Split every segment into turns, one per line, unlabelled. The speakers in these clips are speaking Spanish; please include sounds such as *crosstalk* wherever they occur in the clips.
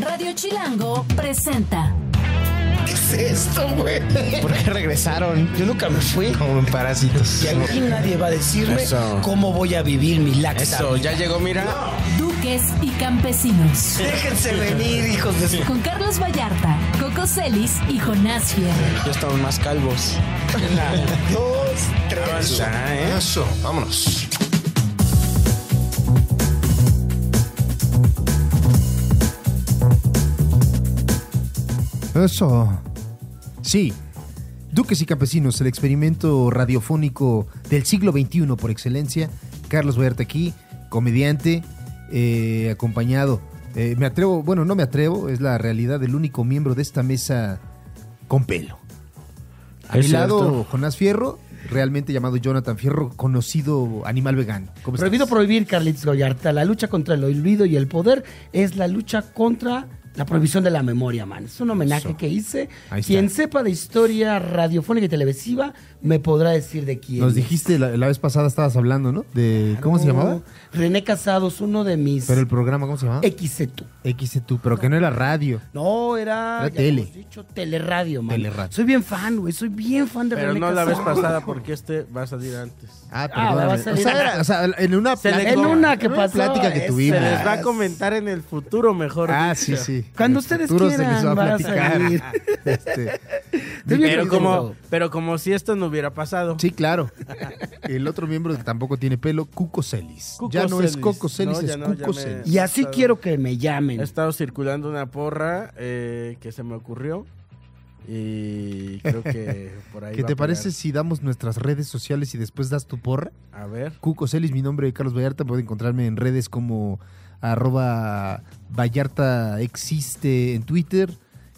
Radio Chilango presenta.
¿Qué es esto, güey?
¿Por qué regresaron?
Yo nunca me fui.
Como en parásitos.
Y aquí nadie va a decirme
Eso.
cómo voy a vivir mi laxa.
Eso,
vida.
ya llegó, mira.
Duques y campesinos.
Déjense venir, hijos de su...
Con Carlos Vallarta, Coco Celis y Jonás Fierro.
Ya estamos más calvos.
Una, dos, tres.
Ya, ¿eh?
Eso, vámonos.
Eso. Sí. Duques y Campesinos, el experimento radiofónico del siglo XXI por excelencia. Carlos Vallarta aquí, comediante, eh, acompañado. eh, me atrevo, bueno, no me atrevo, es la realidad del único miembro de esta mesa con pelo. A mi
Es
lado,
cierto.
Jonás Fierro, realmente llamado Jonathan Fierro, conocido animal vegano. ¿Cómo estás?
*laughs* Prohibido prohibir, Carlitos Gallarta. La lucha contra el olvido y el poder es la lucha contra la prohibición de la memoria, man. Es un homenaje
Eso.
que hice.
Ahí está.
Quien sepa de historia radiofónica y televisiva me podrá decir de quién.
Nos
es.
dijiste, la, la vez pasada estabas hablando, ¿no? De, ¿Cómo se
Claro.
llamaba?
René Casados, uno de mis
Pero el programa, ¿cómo se llamaba?
XZ.
XTU, pero que no era radio.
No, era,
Era
ya
tele.
hemos dicho, teleradio, man.
Teleradio.
Soy bien fan, güey. Soy bien fan de
Pero
René
no la vez
Casados.
pasada porque este va a salir antes.
Ah,
va a
perdóname. o,
salir
sea,
acá.
era- o sea, en una
Se le
plática,
En una que
en una
pasó,
plática que
ese.
tuvimos.
eh, Se les va
Ah,
a comentar en el futuro, mejor
Ah,
dicho.
sí, sí.
Cuando
En
ustedes
futuro se
quieran,
les va
va a
a platicar.
salir.
*laughs* Este,
Estoy bien
Pero
contento.
como, pero como si esto no hubiera pasado.
sí, claro. El otro miembro que tampoco tiene pelo, Cuco Celis.
Cuco
ya no es
Celis.
Coco Celis,
No, ya
es
no, ya
Cuco
me-
Celis.
Y así
Está-
quiero que me
He
llamen.
estado circulando una porra eh, que se me ocurrió. Y creo que
*laughs*
por ahí.
¿Qué
va
te
a pegar.
parece si damos nuestras redes sociales y después das tu porra?
A ver.
Cuco Celis, mi nombre es Carlos Vallarta. Pueden encontrarme en redes como arroba Vallarta existe en Twitter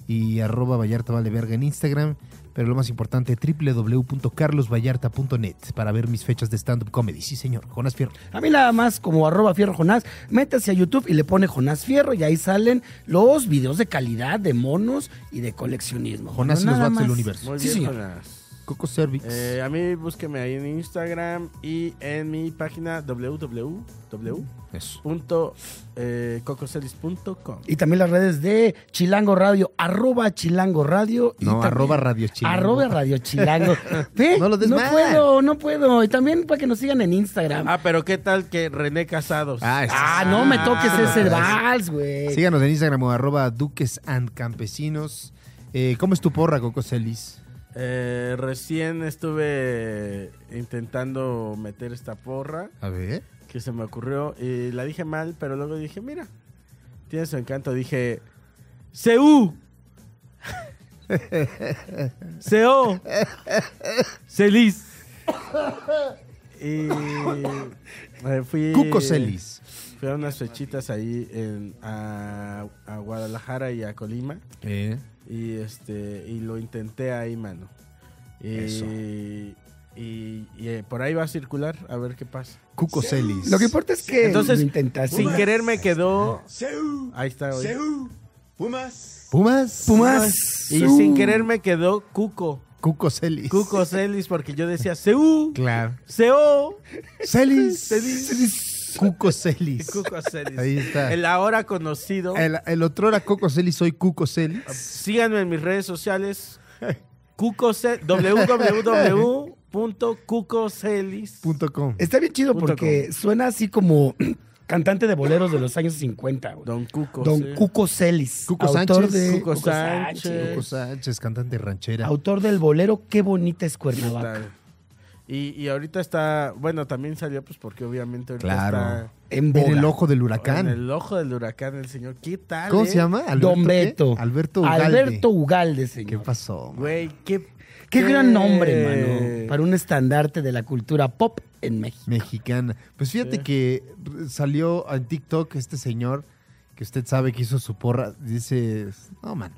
y arroba Vallarta vale verga en Instagram. Pero lo más importante, www.carlosvallarta.net para ver mis fechas de stand-up comedy. Sí, señor. Jonas Fierro.
A mí nada más como arroba fierro Jonás, métase a YouTube y le pone Jonás Fierro y ahí salen los videos de calidad, de monos y de coleccionismo.
Jonás y
No,
los
nada
Bats del
más.
Universo.
Muy
Sí,
bien,
señor.
Jonas.
Coco Cervix.
Eh, a mí búsqueme ahí en Instagram y en mi página www.cococelis.com.
Eso.
eh,
Y también las redes de Chilango Radio, arroba Chilango Radio. y
No,
también-
arroba Radio Chilango.
Arroba Radio
*laughs*
Chilango. Ve,
No lo des
no
mal.
puedo, no puedo. Y también para que nos sigan en Instagram. Ah,
Ah, pero ¿qué tal que René Casados?
Ah, es-
no me toques
Ah.
ese vals, güey.
Síganos en Instagram como arroba duques and campesinos. Eh, ¿Cómo es tu porra, Coco Celis?
Eh, recién estuve intentando meter esta porra
A ver.
que se me ocurrió y la dije mal, pero luego dije, mira, tiene su encanto. Dije, *laughs* CU. CO. Celis. Y eh, fui,
Cuco Celis.
fui a unas fechitas ahí en, a- a Guadalajara y a Colima.
Eh.
Y este y lo intenté ahí, mano. Y,
Eso.
y, y, eh, por ahí va a circular, a ver qué pasa.
Cuco Celis.
Lo que importa es que
Entonces,
lo intentaste.
sin querer me quedó.
Seú,
Ahí está hoy.
Seú, Pumas.
Pumas.
Pumas.
Y sin querer me quedó Cuco.
Cuco Celis. *laughs*
Cuco Celis, porque yo decía Seú,
Claro.
Seo,
*laughs* Celis. Cuco Celis.
Cuco Celis.
Ahí está.
El ahora conocido.
El, el otro era Coco Celis, soy Cuco Celis.
Síganme en mis redes sociales. Cuco Celis. www.cucocelis.
Punto com.
Está bien chido
Punto
porque suena así como *clears throat* cantante de boleros de los años 50, güey. Don,
Don Cuco. sí.
Cuco Celis,
Cuco
autor
Sánchez.
de
Cuco Sánchez.
Cuco Sánchez, cantante ranchera.
autor del bolero Qué bonita es
Está-
Cuernavaca.
Y, y ahorita está, bueno, también salió pues porque obviamente ahorita
Claro.
En boga.
En el ojo del
está en
huracán.
el ojo del huracán el señor. ¿Qué tal?
¿Cómo
eh?
se llama?
Don
qué?
Beto.
Alberto Ugalde.
Alberto Ugalde,
¿Qué
señor. Qué,
pasó? man?
Güey, qué,
gran nombre, mano, para un estandarte de la cultura pop en México.
Mexicana. Pues fíjate que r- salió en TikTok este señor que usted sabe que hizo su porra. Dice, no, man.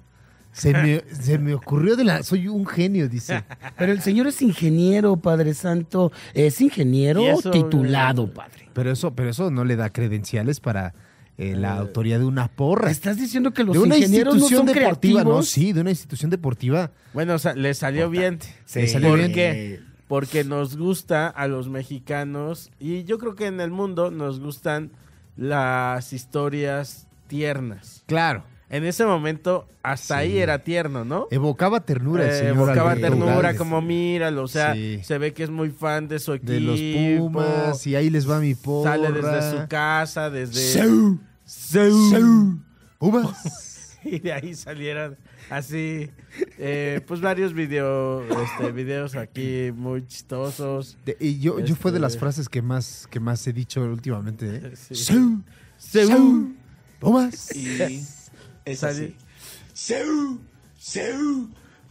*laughs*
Se me, se me ocurrió de la... Soy un genio, dice.
Pero el señor es ingeniero, Padre Santo. Es ingeniero
Y eso,
titulado,
eh,
padre.
Pero eso, pero eso no le da credenciales para eh, la autoría de una porra.
¿Estás diciendo que los
de una
ingenieros no
institución
son
deportiva, no,
creativos?
sí, de una institución deportiva.
Bueno, o sea, le salió bien.
Le salió
¿Por
bien.
qué? Porque nos gusta a los mexicanos y yo creo que en el mundo nos gustan las historias tiernas.
Claro.
en ese momento hasta ahí era tierno, ¿no?
Evocaba ternura el
Eh,
señor
buscaba
Alberto
ternura,
Ugarte.
como míralo, o sea,
Sí.
se ve que es muy fan de su equipo.
De los Pumas, y ahí les va mi porra.
Sale desde su casa, desde...
Seu,
Seu.
seu, Pumas.
*laughs* Y de ahí salieron así, eh, pues varios video, este, videos aquí muy chistosos.
De- y yo, yo fue de las
Este-
frases que más, que más he dicho últimamente. ¿eh?
Sí.
Seu,
Seu.
seu, Pumas.
Y es
Sali-
así. Seu, seu,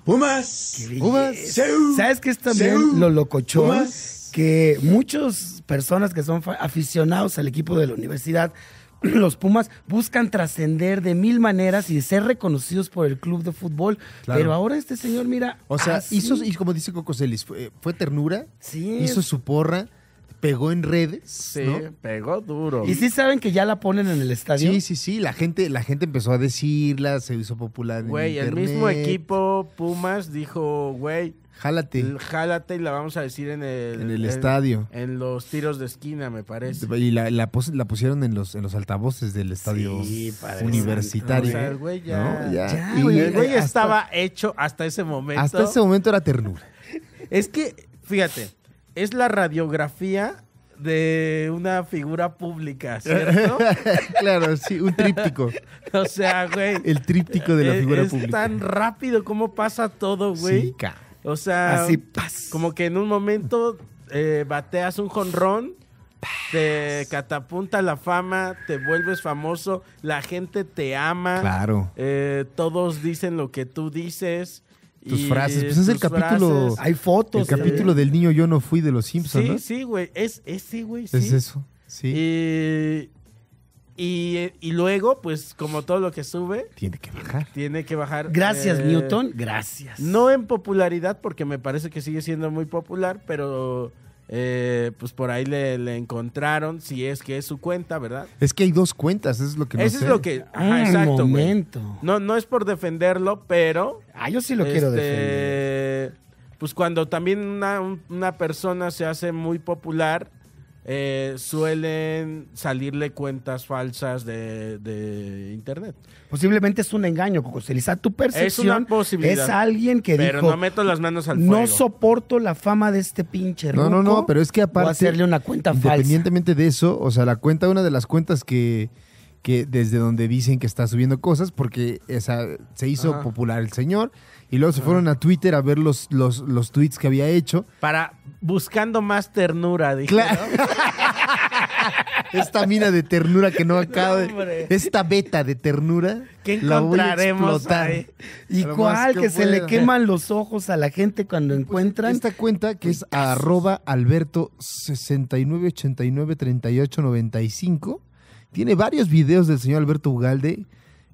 Pumas.
Pumas.
Seu.
¿Sabes qué es también
Seu.
lo locochón?
Pumas.
Que muchas personas que son fa- aficionados al equipo de la universidad, *clears throat* los Pumas, buscan trascender de mil maneras y ser reconocidos por el club de fútbol.
Claro.
Pero ahora este señor, mira.
O sea,
así.
hizo, y como dice Coco Celis, fue, fue ternura,
Sí.
hizo su porra, pegó en redes,
Sí,
¿no?
pegó duro.
Y sí saben que ya la ponen en el estadio.
Sí, sí, sí, la gente, la gente empezó a decirla, se hizo popular en
Güey, el
internet.
mismo equipo Pumas dijo, güey,
Jálate.
jálate y la vamos a decir en el,
En el estadio.
En los tiros de esquina, me parece.
Y la, la pos- la pusieron en los, en los altavoces del estadio
Sí, padre
universitario.
O sea, el güey ya-
¿no?
ya,
Y
Y el Ah, güey
hasta-
estaba hecho hasta ese momento.
Hasta ese momento era ternura.
Es que, fíjate, es la radiografía de una figura pública, ¿cierto?
*laughs* claro, sí, un tríptico.
o sea, güey.
El tríptico de la
es-
figura
Eh, es
pública.
tan rápido como pasa todo, güey.
Sí, ca-
O sea,
Así paz.
como que en un momento eh, bateas un jonrón, te catapunta la fama, te vuelves famoso, la gente te ama.
Claro.
Eh, todos dicen lo que tú dices.
Tus
y
frases, pues es el
tus
capítulo-
frases. eh.
Hay fotos.
El
sí.
capítulo del niño yo no fui de los Simpsons,
Sí,
¿no?
sí, güey. Es ese, güey. Sí.
Es eso. Sí.
Eh, y, eh, y luego, pues, como todo lo que sube,
Tiene que bajar.
tiene que bajar.
Gracias,
eh,
Newton. Gracias.
No en popularidad, porque me parece que sigue siendo muy popular, pero eh, pues por ahí le, le encontraron, si es que es su cuenta, ¿verdad?
Es que hay dos cuentas, eso es lo que no
Eso
sé.
es lo que...
Ah,
Ajá, exacto, güey.
momento.
No, no es por defenderlo, pero...
Ah, yo sí lo quiero
este,
defender.
Pues cuando también una, un- una persona se hace muy popular, eh, suelen salirle cuentas falsas de, de internet.
Posiblemente es un engaño, Coco Celis. A tu percepción
una posibilidad.
es alguien que
Pero
dijo,
no meto las manos al fuego.
no soporto la fama de este pinche
No, no,
ruco,
no, pero es que aparte.
Voy a hacerle una cuenta falsa.
Independientemente de eso, o sea, la cuenta, una de las cuentas que, que desde donde dicen que está subiendo cosas, porque esa, se hizo
Ajá.
popular el señor, y luego se fueron a Twitter a ver los, los, los tweets que había hecho.
Para buscando más ternura, dije.
Claro. Esta mina de ternura que no acaba
No, hombre.
de. Esta beta de ternura.
¿Qué
la voy a
encontraremos
explotar.
ahí?
¿Y
A lo más
cuál? Que, se le
pueda. Pues,
queman los ojos a la gente cuando encuentran.
Esta cuenta que es arroba alberto 69893895 tiene varios videos del señor Alberto Ugalde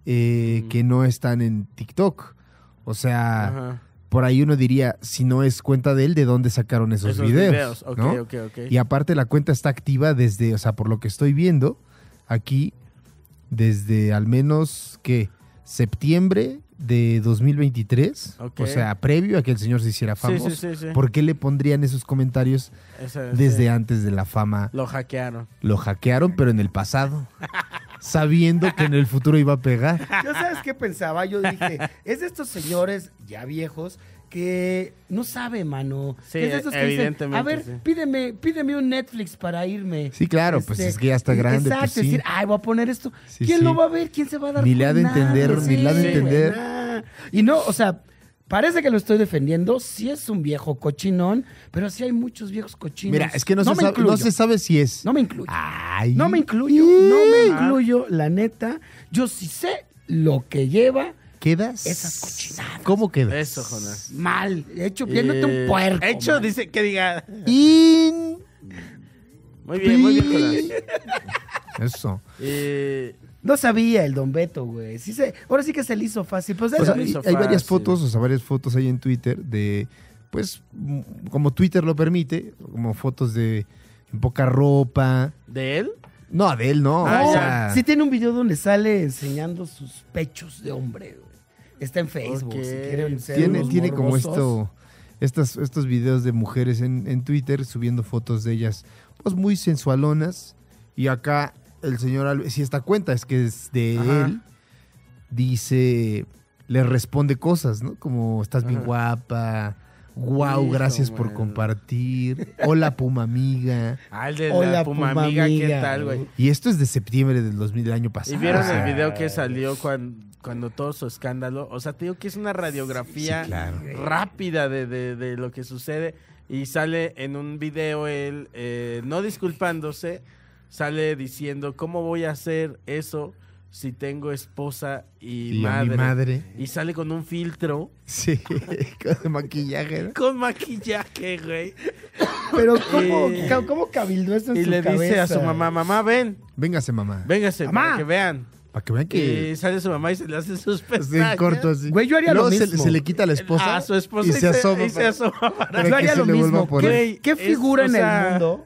eh, que no están en TikTok. O sea,
Mm. Ajá.
por ahí uno diría, si no es cuenta de él, ¿de dónde sacaron esos,
Esos
videos?
videos. Ok,
¿no?
ok, ok.
Y aparte la cuenta está activa desde, o sea, por lo que estoy viendo aquí, desde al menos que septiembre de 2023,
Ok.
o sea, previo a que el señor se hiciera
Sí, sí,
famoso.
sí, sí.
¿Por qué le pondrían esos comentarios
Esa-
desde
sí.
antes de la fama?
Lo hackearon.
Lo hackearon, pero en el pasado, sabiendo que en el futuro iba a pegar.
Yo sabes qué pensaba, yo dije, es de estos señores ya viejos que no sabe, mano.
Sí,
es de estos que dicen,
evidentemente,
a ver,
sí.
pídeme, pídeme un Netflix para irme. Este,
Sí, claro, pues es que ya está
y-
grande,
Exacto,
pues sí.
decir, ay, voy a poner esto.
Sí,
¿Quién
sí.
lo va a ver? ¿Quién se va a dar
Ni le ha de
cuenta?
entender, ni le ha de
güey,
entender.
nah. Y no, o sea, parece que lo estoy defendiendo, sí es un viejo cochinón, pero sí hay muchos viejos cochinos.
Mira, es que no, se,
me
sabe, no
incluyo.
se sabe si es.
No me incluyo.
Ay.
No me incluyo, no me incluyo, la neta. Yo sí sé lo que lleva
¿Quedas?
Esas cochinadas.
¿Cómo quedas?
Eso, Jonas.
mal. Hecho, viéndote
Eh,
un puerco.
Hecho,
man.
dice que diga. *laughs*
In-
Muy bien, muy bien, Jonas.
Eso.
Eh,
No sabía el Don Beto, güey. Sí se- ahora sí que se le hizo fácil. Pues,
O sea,
¿sabes?
y-
hizo
hay varias
fácil.
fotos, o sea, varias fotos ahí en Twitter de, pues, m- como Twitter lo permite, como fotos de en poca ropa.
¿De él?
No, de él no.
Ah,
o
No,
sea,
sí tiene un video donde sale enseñando sus pechos de hombre, güey. Está en Facebook,
Ok.
si quieren ser
tiene,
unos
tiene como
morbosos.
esto, estas, estos videos de mujeres en, en Twitter subiendo fotos de ellas, pues, muy sensualonas. Y acá el señor, Alves- si esta cuenta es que es de
Ajá.
él, dice, le responde cosas, ¿no? Como estás bien guapa, wow,
Hijo,
gracias por
bueno.
compartir, hola Puma amiga.
Ah, el de
Hola,
la Puma
Puma
Amiga, ¿qué
Amiga,
tal, güey?
Y esto es de septiembre del 2000 del año pasado.
¿Y vieron
o sea,
el video que salió cuando, cuando todo su escándalo? O sea, te digo que es una radiografía rápida de, de- de lo que sucede. Y sale en un video él, eh, no disculpándose, sale diciendo, ¿cómo voy a hacer eso si tengo esposa y,
Y a
madre?
mi madre.
Y sale con un filtro, *laughs*
*laughs* Sí, *laughs* con el maquillaje. ¿no?
con maquillaje, güey.
Pero ¿cómo,
Eh,
ca- cómo cabildó esto en
Y
su
le dice a su
cabeza?
mamá, mamá, ven, Eh,
Véngase, mamá.
véngase,
Mamá.
para que vean.
Para que vean que
Y sale su mamá y se le hace sus
Pues
es
pestañas.
en corto así.
Güey, yo haría
Luego
lo
se-
mismo.
Se, le quita a la esposa,
a Ah, su esposa
y se asoma.
y se asoma para-
Para
Yo
que
haría
se
lo
le vuelva a
mismo.
poner.
¿Qué, qué
Es-
figura
o
en
sea-
el mundo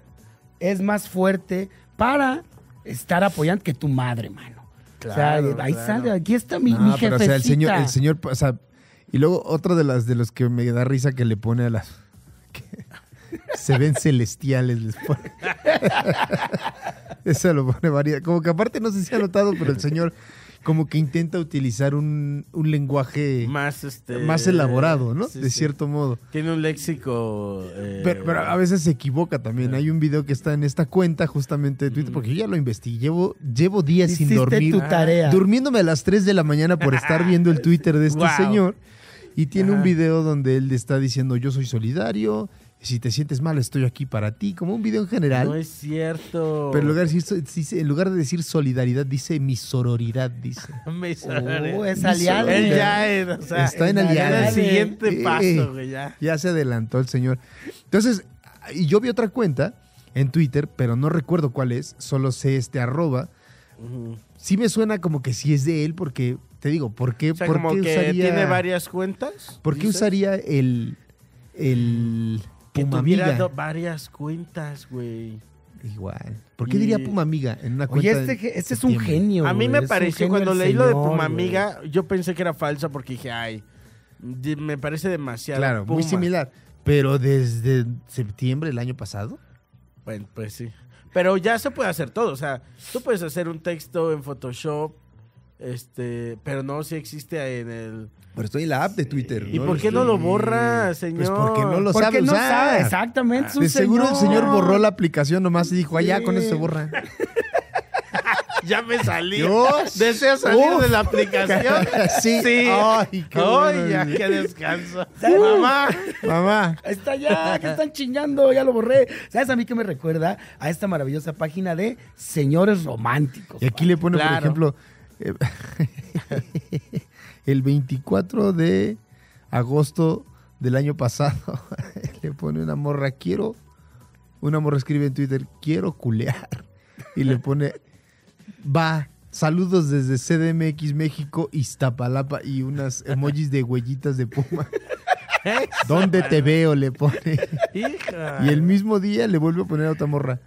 es más fuerte para estar apoyando que tu madre, mano? o
Claro,
sea, ahí
claro.
sale, aquí está mi, mi
No, Ah, pero, o sea, el señor,
jefecita.
el señor, o sea, y luego otro de las de los que me da risa que le pone a las que se ven celestiales les pone. Eso lo pone varias. Como que aparte no sé si ha notado, pero el señor como que intenta utilizar un, un lenguaje más,
más este
elaborado, ¿no?
sí,
de
sí.
cierto modo.
Tiene un léxico eh,
Pero, pero a veces se equivoca también. Hay un video que está en esta cuenta justamente de Twitter, porque yo ya lo investigué. Llevo, llevo días sin
Hiciste
dormir.
tu tarea.
Durmiéndome a las 3 de la mañana por estar viendo el Twitter
*laughs*
de este
Wow.
señor. Y tiene un
Ajá.
video donde él está diciendo, yo soy solidario, si te sientes mal estoy aquí para ti, como un video en general.
no es cierto.
Pero en lugar, de decir, dice- en lugar de decir solidaridad, dice mi sororidad, dice.
Me sale.
Oh, es aliado.
Él ya era, o sea,
Está en
ya
aliado.
era el
Sí.
siguiente
Eh,
paso, güey, ya.
Ya se adelantó el señor. Entonces, y yo vi otra cuenta en Twitter, pero no recuerdo cuál es, solo sé este arroba. Sí me suena como que sí es de él, porque, te digo, ¿por qué,
O sea,
por
como
qué
que
usaría,
tiene varias cuentas.
¿por qué
dices,
usaría el, el
que
Puma
tuviera
Amiga?
do- varias cuentas, güey?
Igual. ¿Por qué diría
Y-
Puma Amiga en una
Oye,
cuenta?
este,
de
ge- este es un
septiembre?
genio.
A mí
güey,
me
es un
pareció
genio
cuando
el
leí lo de
señor,
Puma
güey.
Amiga, yo pensé que era falsa porque dije, ay, di- me parece demasiado.
Claro, muy
Puma.
similar. Pero desde septiembre del año pasado.
Bueno, pues sí. Pero ya se puede hacer todo. O sea, tú puedes hacer un texto en Photoshop, este, pero no si existe en el.
Pero estoy en la app de Twitter.
¿Y por qué no lo borra, señor?
Pues porque no lo
¿Por
sabe
qué no
usar.
sabe? Exactamente, es un
De seguro el señor
señor.
borró la aplicación nomás y dijo, allá con eso se borra.
*laughs* Ya me salí.
Dios.
Desea salir
Uf.
de la aplicación.
*laughs* Sí. Ay, qué
Ay,
bueno.
ya que descanso.
¿Sabes?
Mamá.
Mamá.
Ahí está ya, que están chingando, ya lo borré. ¿Sabes a mí que me recuerda? A esta maravillosa página de señores románticos.
Y aquí le pone,
Claro.
por ejemplo, eh, *laughs* el 24 de agosto del año pasado, *laughs* le pone una morra, quiero, una morra escribe en Twitter, quiero culear. Y le pone, va, saludos desde CDMX México, Iztapalapa, y unas emojis de huellitas de puma. ¿Dónde te veo? Le pone.
Hija.
Y el mismo día le vuelve a poner a otra morra.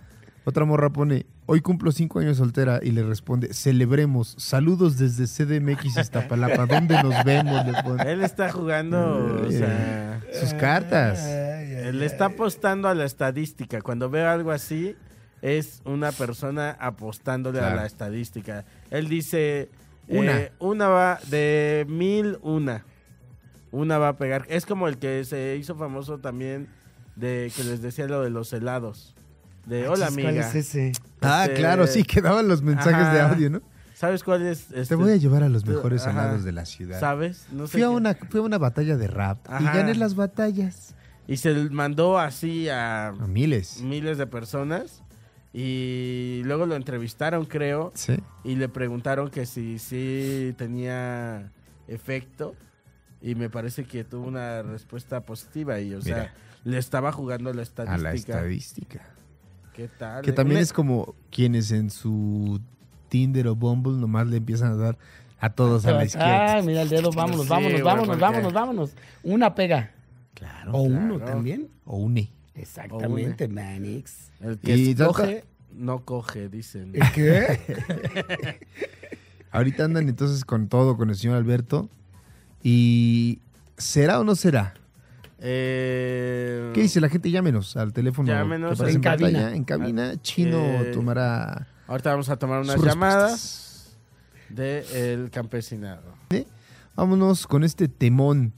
Otra morra pone, hoy cumplo cinco años soltera y le responde, celebremos, saludos desde CDMX Iztapalapa, ¿dónde nos vemos? Le pone.
Él está
*laughs*
jugando, o
Eh,
sea.
Sus cartas.
Le está apostando a la estadística. Cuando veo algo así, es una persona apostándole a
Claro.
la estadística. Él dice,
Una.
una, una va de mil, una. Una va a pegar. Es como el que se hizo famoso también de que les decía lo de los helados. De hola
Chis, ¿cuál
amiga.
es ese?
Ah,
Este,
claro, sí, quedaban los mensajes de
Ajá.
audio, ¿no?
¿Sabes cuál es?
Te
este?
voy a llevar a los
tú-
mejores
ajá.
salados de la ciudad.
¿Sabes? No sé
fui, a
qué.
una, fui a una batalla de rap y
Ajá.
gané las batallas.
Y se mandó así a
A miles.
miles de personas. Y luego lo entrevistaron, creo.
Sí.
y le preguntaron que si sí tenía efecto y me parece que tuvo una respuesta positiva y o
Mira.
sea le estaba jugando la estadística.
A la estadística.
¿Qué tal? eh?
Que también
Una-
es como quienes en su Tinder o Bumble nomás le empiezan a dar a todos a la izquierda.
Ah, mira el dedo, vámonos,
Sí,
vámonos,
güey,
vámonos,
porque-
vámonos, vámonos. Una pega.
Claro.
o
claro.
uno también.
O une.
Exactamente, Manix.
el que
y
escoge no coge, dicen.
¿Qué?
Ahorita andan entonces con todo, con el señor Alberto. ¿Y será o no será?
Eh,
¿Qué dice la gente? Llámenos al teléfono. que
Llámenos
aparece
en cabina.
pantalla. En cabina, Chino
Eh,
tomará
Ahorita vamos a tomar unas
sus
llamadas.
respuestas.
del campesinado.
Vámonos con este temón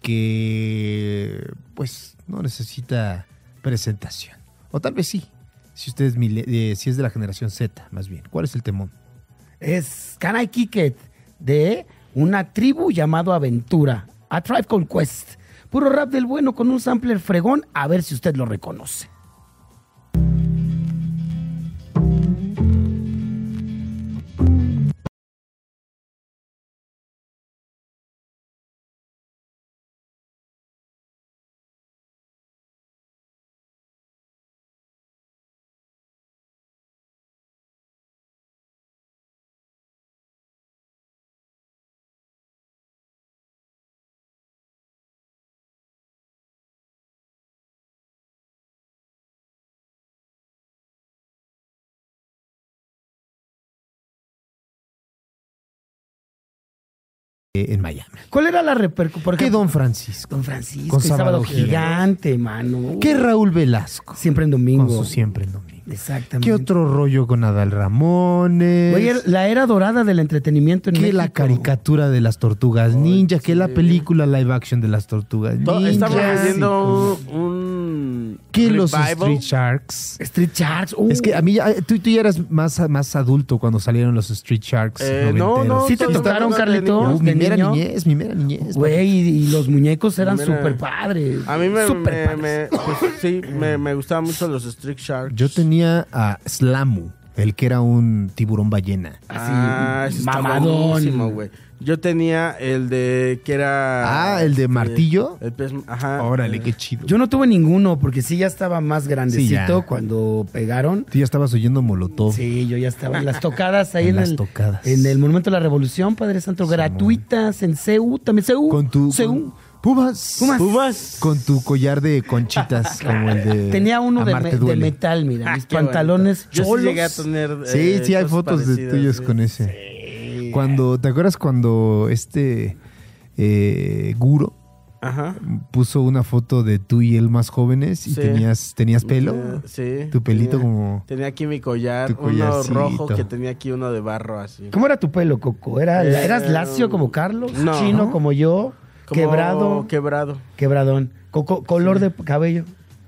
que pues no necesita presentación. O tal vez sí, si usted es, mile- eh, si es de la generación Z, más bien. ¿Cuál es el temón?
*laughs* Es Can I Kick It de una tribu llamado Aventura, A Tribe Called Quest. Puro rap del bueno con un sampler fregón, a ver si usted lo reconoce.
Eh, en Miami.
¿Cuál era la repercusión? ¿Por
¿Qué
ejemplo,
Don Francisco?
Don Francisco,
Con
y Sábado
Sábado
Gigante, mano.
¿Qué Raúl Velasco?
Siempre en
Con
domingo.
su siempre en domingo.
Exactamente.
¿Qué otro rollo con Adal Ramones?
Güey, era- la era dorada del entretenimiento en
que
México.
la caricatura de las tortugas ninja, que la película live action de las tortugas
To-
ninja.
Estamos
Clásico.
haciendo un, un
que los
revival.
Street Sharks.
Street Sharks. uh,
Es que a mí ya- eh, tú, tú ya eras más, más adulto cuando salieron los Street Sharks.
Eh, no,
noventeros.
no.
¿Sí te
estoy
tocaron,
hablando de
Carlito?
niños.
Uh, mi
de
mera
niño.
niñez, mi mera niñez.
Güey, y, y los muñecos eran
Mira.
súper padres.
A mí me,
Súper
me,
padres.
me- pues, sí, me, me gustaban mucho los Street Sharks.
Yo tenía a Slamu, el que era un tiburón ballena.
Así,
Ah, ese está
mamadón.
buenísimo, güey. Yo tenía el de que era. este,
Ah, ¿el de martillo?
El pez- ajá.
Órale, qué chido.
Yo no tuve ninguno porque sí ya estaba más grandecito
ya.
cuando pegaron.
tú ya estabas oyendo Molotov.
Sí, yo ya estaba en
*laughs*
las tocadas ahí en,
En las
el,
tocadas.
en el Monumento de la Revolución, Padre Santo, gratuitas en CEU, también CEU.
Con tu.
CEU.
con- Pumas.
Pumas.
Con tu collar de conchitas, como el
eh,
de.
Tenía uno de,
Amarte
me- de
duele.
metal, mira,
Ah,
mis
qué
pantalones
bonito. Yo sí
cholos.
llegué a tener.
Sí,
eh,
sí, hay
cosas
fotos de
parecidas,
tuyos
sí.
con ese. Cuando, ¿te acuerdas cuando este eh, Guro
Ajá.
puso una foto de tú y él más jóvenes y
Sí.
tenías, tenías pelo?
Sí.
Tu pelito
tenía,
como-
Tenía aquí mi collar,
Tu
uno
collarcito.
rojo que tenía aquí uno de barro así.
¿Cómo era tu pelo, Coco? ¿Era,
Eh,
¿Eras lacio como Carlos?
no.
¿Chino como yo?
Como
¿Quebrado?
Quebrado.
Quebradón. Coco, ¿Color de cabello?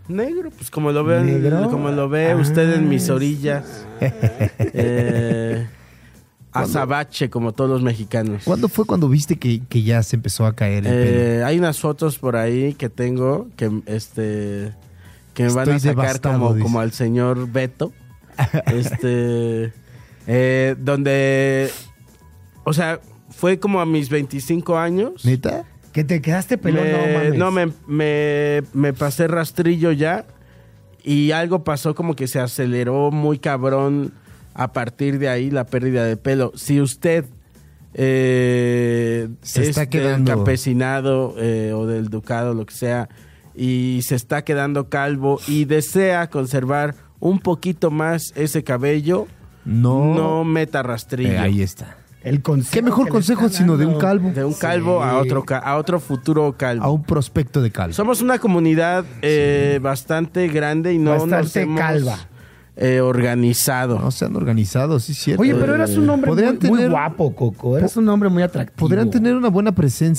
Negro, pues como lo ve,
¿Negro?
como lo
Ah.
ve usted en mis
*laughs*
orillas. Eh, azabache, como todos los mexicanos.
¿Cuándo fue cuando viste que, que ya se empezó a caer el pelo?
Eh, hay unas fotos por ahí que tengo que este que me van a
Estoy
sacar
devastado,
como,
dice.
como al señor
*laughs*
Beto. este eh, donde o sea, fue como a mis 25 años.
¿Neta?
¿Que te quedaste pelón? no
Me-
mames.
no, me, me- me pasé rastrillo ya y algo pasó como que se aceleró muy cabrón a partir de ahí la pérdida de pelo. Si usted eh,
Se está
del
quedando.
campesinado eh, o del ducado, lo que sea, y se está quedando calvo y desea conservar un poquito más ese cabello,
No.
no meta rastrillo.
Oh. Eh, ahí está.
El consejo
¿Qué mejor
que le
consejo
están
sino de un
dando?
calvo?
de un calvo a otro ca- a otro futuro calvo.
A un prospecto de calvo.
Somos una comunidad eh, bastante grande y no nos
Bastante
hemos
calva.
eh, organizado.
No se han organizado, sí, es cierto.
Oye, pero eras un hombre muy,
Podrían
muy
tener-
guapo, Coco. Eras un hombre muy atractivo.
Podrían tener una buena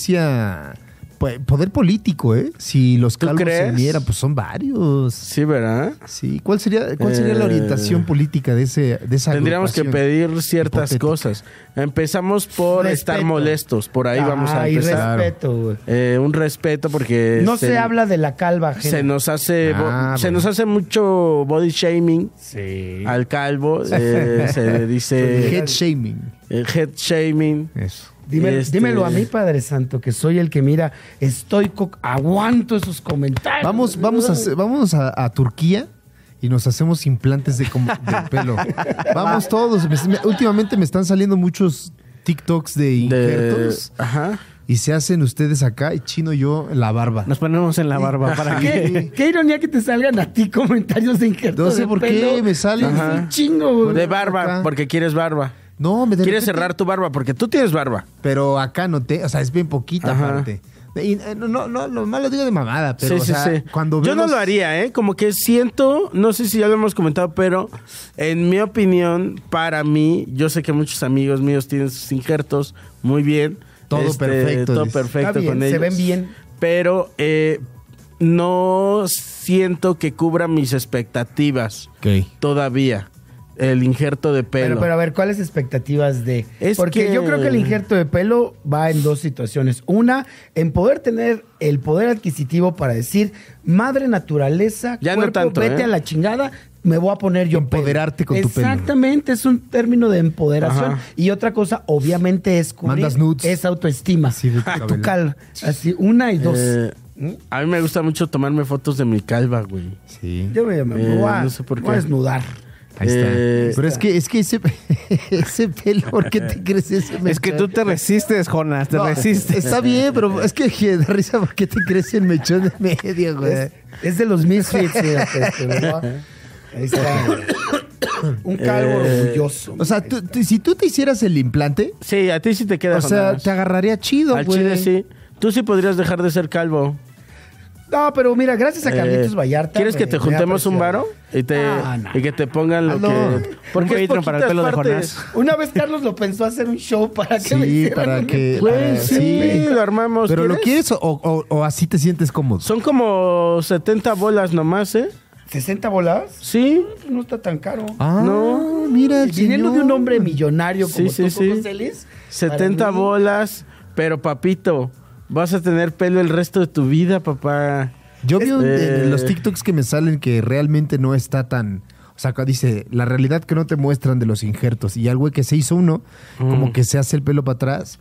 presencia, pues, poder político, ¿eh? Si los
¿Tú
calvos se
crees?
unieran, pues son varios.
Sí, ¿verdad?
Sí, ¿cuál sería, cuál sería
Eh,
la orientación política de ese de esa
Tendríamos que
agrupación?
pedir ciertas
hipotética?
cosas. Empezamos por
Respeto.
estar molestos. Por ahí vamos a
Ay,
empezar.
respeto, güey.
Eh, un respeto porque
No se, habla de la calva, ajena.
Este, se nos hace bo-
Ah,
se
bueno.
nos hace mucho body shaming
Sí. *laughs*
al calvo. eh, se
*laughs*
le dice
Head shaming.
eh, head shaming.
Eso.
Dime-
Este-
Dímelo a mí, Padre Santo, que soy el que mira, estoy co- aguanto esos comentarios.
Vamos, vamos a hacer- vamos a, a Turquía y nos hacemos implantes de,
*laughs*
como- de pelo. Vamos todos. Me- me- últimamente me están saliendo muchos TikToks de
De, Ah.
injertos
ajá.
y se hacen ustedes acá y chino yo la barba.
Nos ponemos en la
*laughs*
barba para que.
¿Qué, qué ironía que te salgan a ti comentarios de injerto.
No sé
de
por
pelo.
qué me salen.
Es un chingo, güey.
De barba,
Pues, Acá.
porque quieres barba.
No, me de
Quieres
repente-
cerrar tu barba porque tú tienes barba.
Pero acá no te, o sea, es bien poquita
Ajá.
aparte. Y, eh, no, no, no, lo malo digo de mamada, pero
sí,
o
sí,
sea,
sí.
cuando
Yo no
vemos-
lo haría, ¿eh? Como que siento, no sé si ya lo hemos comentado, pero en mi opinión, para mí, yo sé que muchos amigos míos tienen sus injertos muy bien. Este,
Todo perfecto,
Todo
dice.
perfecto
Está bien,
con
se
ellos.
ven bien.
Pero eh, no siento que cubra mis expectativas
Ok.
todavía. El injerto de pelo.
Pero, pero a ver, ¿cuáles expectativas de...?
Es
Porque
que-
yo creo que el injerto de pelo va en dos situaciones. Una, en poder tener el poder adquisitivo para decir, madre naturaleza,
Ya no
cuerpo,
tanto,
vete
¿eh?
a la chingada, me voy a poner yo pelo".
Empoderarte con tu pelo.
Exactamente, es un término de empoderación.
Ajá.
Y otra cosa, obviamente, es cubrir
Mandas nudes.
esa autoestima. Ah,
Sí, de tu
tu
cabello.
calva. Así, una y dos.
Eh,
¿Mm?
a mí me gusta mucho tomarme fotos de mi calva, güey.
Sí.
yo me, me
eh,
voy, a,
no sé por
me voy a
qué.
desnudar.
Ahí está.
Eh,
Pero es que, es que ese, *laughs* ese pelo, ¿por qué *laughs* te crees ese
Es que tú te resistes, Jonas, te
No,
resistes.
Está bien, pero es que je, da risa porque te crece el mechón de medio,
*laughs*
güey.
Es, es de los Misfits. fíjate, pero, ¿no? Ahí está. *coughs* Un calvo
Eh,
orgulloso.
O sea, tú- tú- si tú te hicieras el implante,
Sí, a ti sí te queda.
o sea,
Jonás.
te agarraría chido,
Al
güey.
chile sí. Tú sí podrías dejar de ser calvo.
No, pero mira, gracias a Carlitos
Eh,
Vallarta.
¿Quieres que
me-
te
me
juntemos un
apreció.
varo? Y te,
Ah, no.
y que te pongan lo
*laughs*
Hazlo.
que.
Un
es
Patreon para el
poquitas
pelo de
partes.
Jonás.
Una vez Carlos lo pensó hacer un show para que me
Sí,
hicieran
para
un-
que.
Güey,
para-
sí,
güey.
lo armamos.
¿Pero lo quieres o, o- o así te sientes cómodo?
Son como 70 bolas nomás, ¿eh?
¿60 bolas? Pues
Sí.
No está tan caro.
Ah,
No.
mira, el
Viniendo
señor.
de un hombre millonario como
Sí, sí,
tú,
sí.
Coco Celis, para
70
mí-
bolas. Pero, papito, vas a tener pelo el resto de tu vida, papá.
Yo vi un-
Eh.
en los TikToks que me salen que realmente no está tan. O sea, que dice, la realidad que no te muestran de los injertos. Y al güey que se hizo uno,
Mm.
como que se hace el pelo para atrás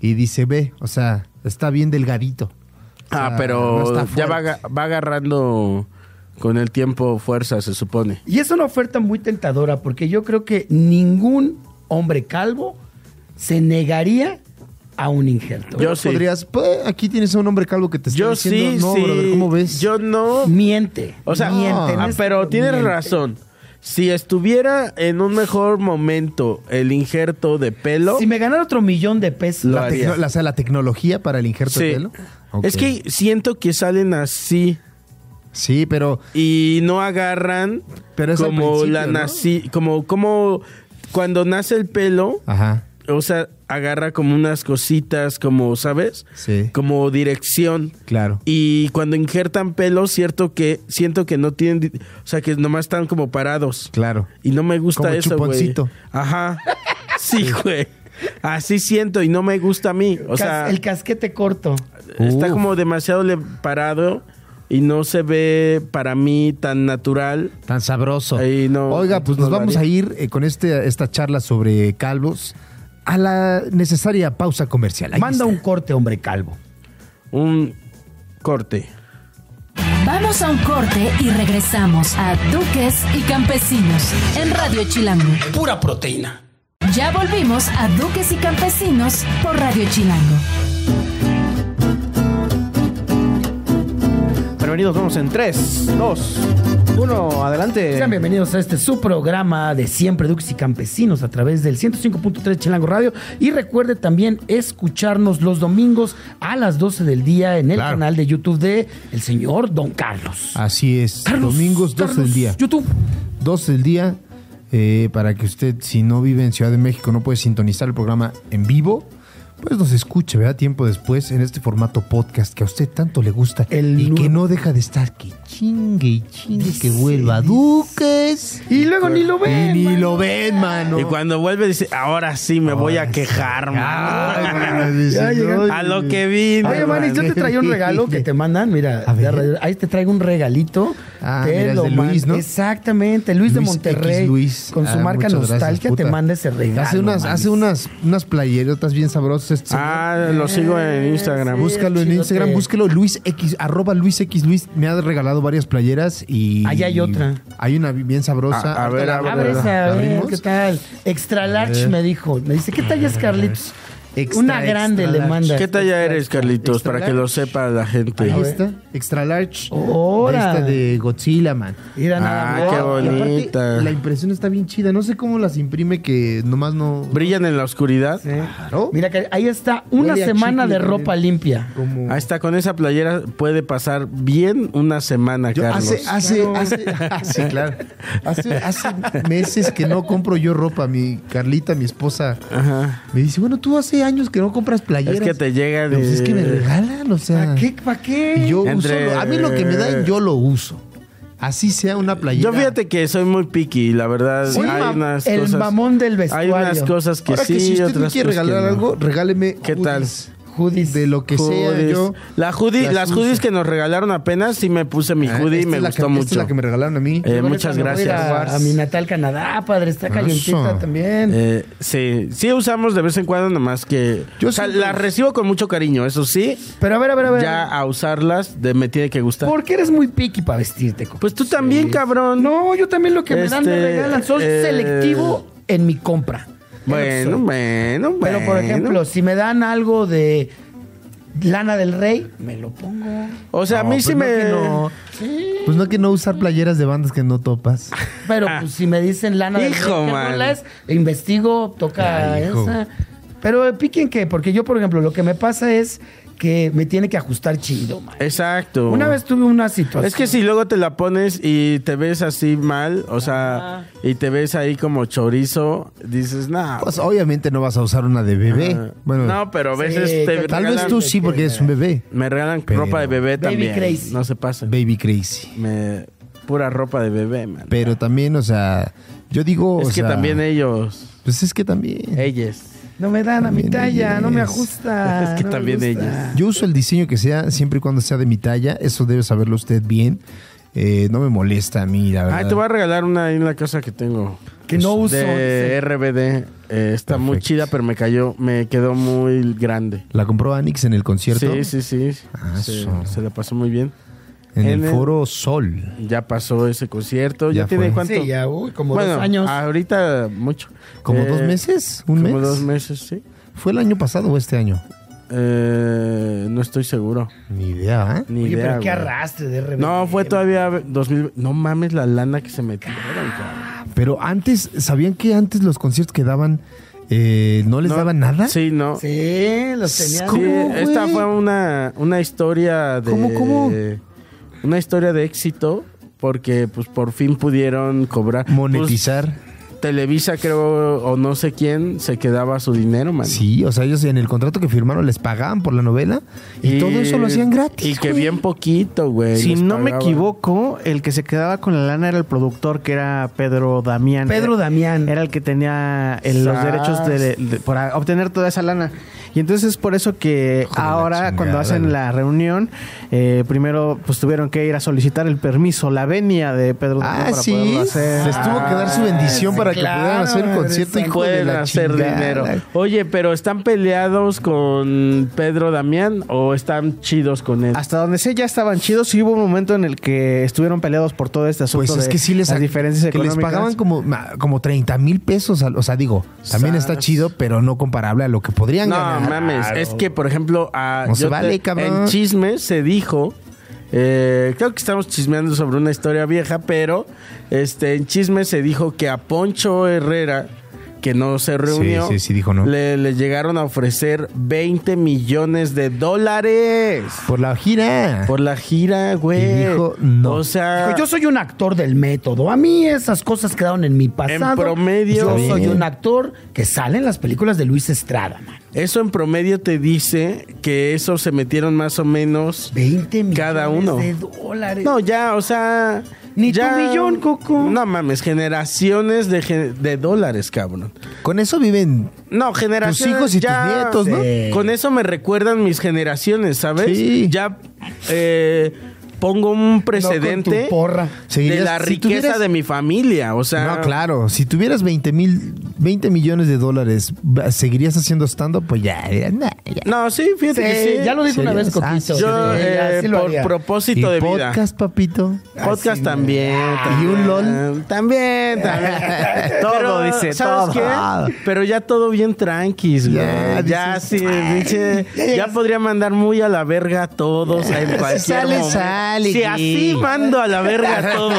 y dice, ve, o sea, está bien delgadito. O sea,
Ah, pero
no está
ya va,
fuerte.
aga- va agarrando con el tiempo fuerza, se supone.
Y es una oferta muy tentadora porque yo creo que ningún hombre calvo se negaría a un injerto.
Yo sí.
Podrías, pues, aquí tienes a un hombre calvo que te está
Yo sí,
diciendo, no,
sí.
brother, ¿cómo ves?
Yo no.
Miente.
O sea,
No.
ah,
este
pero
momento
tienes
miente.
razón. Si estuviera en un mejor momento el injerto de pelo.
Si me ganara otro millón de pesos,
Lo
la, tecno-
haría.
la- o sea, la tecnología para el injerto
sí.
de pelo. Ok.
Es que siento que salen así
Sí, pero.
y no agarran
Pero es al
como
principio,
la
¿no?
nací, como, como cuando nace el pelo,
Ajá.
o sea, agarra como unas cositas, como, ¿sabes?
Sí.
Como dirección.
Claro.
Y cuando injertan pelo, cierto que siento que no tienen, di- o sea, que nomás están como parados.
Claro.
Y no me gusta
Como
eso, güey.
chuponcito.
Ajá. Sí, güey. Así siento y no me gusta a mí. O
cas-
sea,
el casquete corto.
está
Uf.
como demasiado le- parado y no se ve para mí tan natural.
Tan sabroso.
Ahí no-
Oiga, pues
no
nos
lo
vamos a
haría.
ir eh, con este, esta charla sobre calvos a la necesaria pausa comercial. Ahí
Manda
está.
un corte, hombre calvo.
Un corte.
Vamos a un corte y regresamos a Duques y Campesinos en Radio Chilango. Pura proteína. Ya volvimos a Duques y Campesinos por Radio Chilango.
Bienvenidos, vamos en 3, 2, 1, adelante.
Sean bienvenidos a este su programa de siempre, Dux y Campesinos, a través del 105.3 Chilango Radio. Y recuerde también escucharnos los domingos a las 12 del día en el
Claro.
canal de YouTube de el señor Don Carlos.
Así es.
Carlos,
Domingos 12
Carlos,
del día.
YouTube.
12 del día. eh, para que usted, si no vive en Ciudad de México, no puede sintonizar el programa en vivo. Pues nos escuche, ¿verdad? Tiempo después en este formato podcast que a usted tanto le gusta
El
y que
nuevo-
no deja de estar. Que chingue y chingue, que vuelva Duques.
Y luego ni lo ven.
Y ni
man.
lo ven, mano.
Y cuando vuelve dice, ahora sí me voy a quejar, man".
Ya llegaron.
A lo que vine.
Oye, Manis, yo
man.
te traía un regalo que te mandan. Mira,
A ver.
de radio- ahí te traigo un regalito.
Ah,
Te
mira, es
lo
de
man-
Luis, ¿no?
Exactamente, Luis, de
Luis
Monterrey.
X Luis.
Con su
Ah,
marca
muchas gracias,
Nostalgia te
puta.
manda ese regalo.
Hace unas,
Manis.
hace unas, unas playerotas bien sabrosas. Este señor.
Ah, lo sigo
Eh,
en Instagram.
Sí.
Búscalo en
chidote.
Instagram, búscalo Luis X, arroba Luis X Luis. Me ha regalado varias playeras y.
Ahí hay otra.
Hay una bien sabrosa.
A- a ver,
Ahorita la-
abre,
Abre
la
esa, a ver,
abrimos.
¿qué tal? Extra large me dijo. Me dice, ¿qué talla es, Carlitos?
Extra,
una grande
extra
le
large.
manda.
¿Qué talla eres, Carlitos?
Extra
Para que lo sepa la gente.
Ahí está, extra large.
Ahora.
Esta de Godzilla, man.
Mira nada
Ah,
más.
qué
Y aparte,
bonita.
la impresión está bien chida. No sé cómo las imprime que nomás no.
¿Brillan en la oscuridad?
¿no?
Mira que ahí está una
Huele a
semana
chicle
de
también.
ropa limpia.
Como-
Ahí Ah, está, con esa playera puede pasar bien una semana,
Yo
Carlos.
hace, hace, hace, *laughs* ah, sí, claro. Hace, hace meses que no compro yo ropa. Mi Carlita, mi esposa,
Ajá.
me dice, bueno, tú hace años que no compras playeras.
Es que te llegan.
Pues es que me
eh,
regalan, o sea.
¿Para qué? ¿Para qué?
Ah. y Yo uso
Entre-
lo- a mí lo que me dan, yo lo uso. Así sea una playera.
Yo fíjate que soy muy picky, la verdad.
Sí,
hay
ma-
unas
el
cosas,
mamón del vestuario.
Hay unas cosas que
Ahora
sí,
que si usted me
otras
quiere
cosas que
regalar
no.
algo, regáleme.
¿Qué tal?
hoodies.
Hoodies.
De lo que sea,
Hoodies.
yo.
la hoodie,
las
las, hoodies
uso.
que nos regalaron apenas, sí me puse mi
Ah,
hoodie y
esta
me
es la
gustó
que-
mucho.
Esta es la que me regalaron a mí.
Eh,
Yo
muchas
ahorita me voy a ir
gracias.
A, a mi natal Canadá, padre, está calientita
Eso.
también.
Eh, sí, sí usamos de vez en cuando, nomás que.
Yo
o sea,
siempre-
las recibo con mucho cariño, eso sí.
Pero a ver, a ver, a ver.
Ya a usarlas de, me tiene que gustar.
¿Por qué eres muy piqui para vestirte? compa?
Pues tú también, cabrón.
no, yo también lo que me dan me
Este,
regalan. Soy
eh,
selectivo en mi compra. Es lo
Bueno,
que soy.
bueno, bueno.
Pero por ejemplo, si me dan algo de lana del rey, me lo pongo.
O sea, a mí
pues
sí
no
me.
que no.
Sí.
Pues no que no usar playeras de bandas que no topas.
Ah.
Pero pues, si me dicen lana del
Hijo,
Rey, ¿qué
man.
rola es? investigo, toca
Ay, hijo.
esa. Pero eh, piquen qué, porque yo, por ejemplo, lo que me pasa es que me tiene que ajustar chido, man.
Exacto.
Una vez tuve una situación.
Oh. Es que si luego te la pones y te ves así mal, o sea, y te ves ahí como chorizo, dices, nah.
Pues obviamente no vas a usar una de bebé.
ah".
Bueno,
no, pero a
Sí,
veces te
que
tal
regalan-
vez tú sí porque eres un bebé.
Me regalan
Pero-
ropa de bebé
Baby
también.
crazy.
No se pasen.
Baby crazy.
Me- pura ropa de bebé, man.
Pero también, o sea, yo digo.
es
o
que
sea,
también eh, ellos,
Pues es que también.
ellas.
No me dan a mi
También
talla,
ellas.
no me ajusta.
*laughs*
*laughs*
Es que
Ah, no me
también
gusta.
ellas.
Yo uso el diseño que sea, siempre y cuando sea de mi talla. Eso debe saberlo usted bien. Eh, no me molesta a mí, la verdad.
Ay, Ah, te voy a regalar una ahí en la casa que tengo.
Que no uso,
De
dice.
RBD. Eh, está muy
Perfecto.
chida, pero me cayó, me quedó muy grande.
La compró Anix en el concierto.
Sí, sí, sí.
Ah,
se,
eso.
se la pasó muy bien.
En,
En
el,
el-
foro Sol.
Ya pasó ese concierto. ¿Ya,
Ya
tiene
fue.
cuánto?
Sí, ya, uy, como
bueno, ah,
dos años.
ahorita mucho.
¿Como
Eh,
dos meses? ¿Un
como
mes?
dos meses, sí.
¿Fue el año pasado o este año?
Eh, no estoy seguro.
Ni idea, ¿eh?
Ni
Oye,
idea.
pero qué
güey.
arrastre de RBD.
No, fue todavía 2000. No mames la lana que se metieron, cabrón.
Pero antes, ¿sabían que antes los conciertos que daban eh, no les
No,
daban nada?
Sí, no. Sí,
Sí, los tenían.
¿Cómo, güey?
esta fue una, una historia de.
¿Cómo, cómo?
Una historia de éxito porque, pues, por fin pudieron cobrar.
Monetizar.
Pues, Televisa, creo, o no sé quién, se quedaba su dinero, man.
sí, o sea, ellos en el contrato que firmaron les pagaban por la novela y, todo eso lo hacían gratis.
Y que
güey.
bien poquito, güey.
Si
les
no me
pagaban.
equivoco, el que se quedaba con la lana era el productor, que era Pedro Damián.
Pedro Damián.
Era el que tenía el- los
Sas.
derechos de, de- para obtener toda esa lana. Y entonces es por eso que
Hijo de la
ahora
chingada,
cuando hacen
güey.
la reunión, eh, primero pues tuvieron que ir a solicitar el permiso, la venia de Pedro Damián
Ah,
para
sí.
poderlo hacer.
Les tuvo que dar su bendición
sí,
para que
claro,
pudieran hacer el concierto y
Pueden hacer dinero. Oye, pero ¿están peleados con Pedro Damián o están chidos con él?
Hasta donde sé ya estaban chidos y hubo un momento en el que estuvieron peleados por todo este asunto
Pues es
de
que sí les,
las diferencias
que les
económicas.
pagaban como, ma- como 30 mil pesos. al- O sea, digo, también está
Sas.
chido, pero no comparable a lo que podrían
No
ganar.
mames, es que por ejemplo, a-
No se
yo te-
vale, cabrón.
en chismes se dijo, eh, creo que estamos chismeando sobre una historia vieja, pero este en chismes se dijo que a Poncho Herrera que no se reunió,
sí, sí, dijo, ¿no?
le, le llegaron a ofrecer 20 millones de dólares
Por la gira.
por la gira, güey.
Y dijo, no.
O sea,
Dijo, yo soy un actor del método. A mí esas cosas quedaron en mi pasado.
En promedio-
Yo
Está
soy
bien.
un actor que sale en las películas de Luis Estrada, man.
eso en promedio te dice que eso se metieron más o menos
20 millones
Cada uno.
de dólares.
No, ya, o sea.
Ni tu
ya-
millón, Coco.
No mames, generaciones de, gen- de dólares, cabrón.
Con eso viven.
No, generaciones.
hijos y tus
ya-
nietos, ¿no?
Sí. Con eso me recuerdan mis generaciones, ¿sabes?
Sí.
Ya. eh, pongo un
No
precedente
con tu porra.
de
Seguirías-
la
si
riqueza
tuvieras-
de mi familia. O sea,
No, claro. Si tuvieras 20 mil, 20 millones de dólares, va- ¿seguirías haciendo stand-up? Pues ya, ya, nah, ya.
No, sí, fíjate que
Sí,
sí.
ya lo dijo una vez,
Serías-
Coquito.
ah,
Sí,
Yo,
ya,
eh,
sí lo
por
haría.
¿Y
propósito de vida.
podcast, papito?
Podcast
Así,
también,
¿Y un LOL? *laughs*
También, también.
Todo, dice, todo.
qué? Pero ya todo bien tranquis, güey.
Ya,
Ya,
dices,
sí, pinche,
ya
ya,
llegas.
podría mandar muy a la verga a todos
*laughs*
en cualquier
sale,
momento.
sale,
Si
güey.
así mando a la verga
*laughs*
a todo. Eh,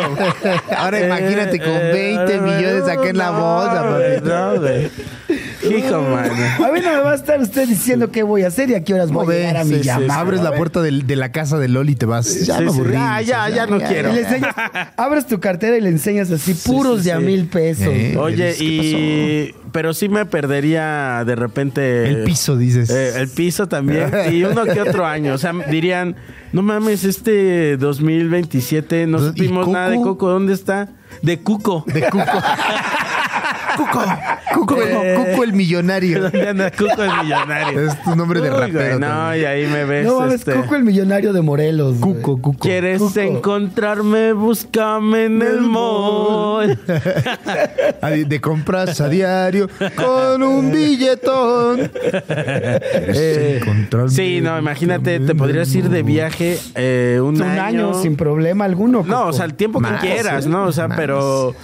Ahora imagínate con 20 millones acá en la
no,
bolsa,
güey,
papito.
No, güey. Hijo, mano.
A mí no me va a estar usted diciendo qué voy a hacer y a qué horas voy a llegar a mi
Sí, sí,
llamada.
Este, abres la puerta del- de, la casa de Loli y te vas. Ya
Sí,
me
sí,
aburrí.
ya, ya, ya no quiero.
Y le
*laughs*
enseñas- abres tu cartera y le enseñas así, puros
sí,
de a
sí.
mil pesos.
Eh.
Oye,
Elis, ¿qué
y pero sí me perdería de repente
El piso, dices.
Eh, el piso también y uno que otro año, o sea, dirían, "No mames, este 2027 no
¿Y
supimos
Cuco?
nada de Coco, ¿dónde está?" De Cuco.
De *laughs* Cuco. Cuco. Cuco,
Eh.
Cuco el
*laughs*
millonario.
¿Dónde anda Cuco el millonario?
Es tu nombre de
Uy, güey,
rapero.
no, y ahí me ves
no mames,
este,
Cuco el millonario de Morelos. güey.
Cuco, Cuco.
¿Quieres
Cuco.
encontrarme? Búscame en el mall.
*laughs* A di- Ah, De compras a diario con un billetón.
Eh, Sí, no, imagínate, te podrías ir de viaje eh,
Un
un,
año sin problema alguno.
No,
Cuco.
o sea, el tiempo
Más,
que quieras,
sí,
¿no? O sea,
más.
pero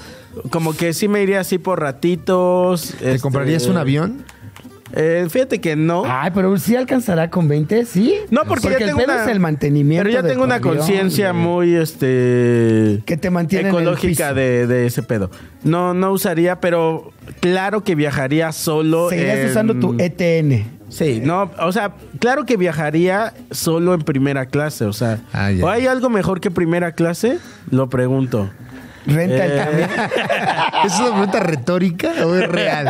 como que sí me iría así por ratitos. este, eh,
¿Te comprarías un avión?
fíjate que no.
Ay, pero si alcanzará con 20, ¿sí?
¿Oh? no, porque, ya
el
tengo
pedo
una,
es el mantenimiento.
Pero ya
de
tengo
tu
una
avión,
conciencia
güey.
muy este
Que te mantiene en el
ecológica
piso.
de, de ese pedo. No, no usaría, pero claro que viajaría solo.
Seguirás
en-
usando tu E ETN.
oh, em, Sí, no, o sea, claro que viajaría solo en primera clase, o sea,
Ah, ya.
¿o hay algo mejor que primera clase? Lo pregunto.
Renta el
Eh,
camión.
¿Es una pregunta retórica o es real?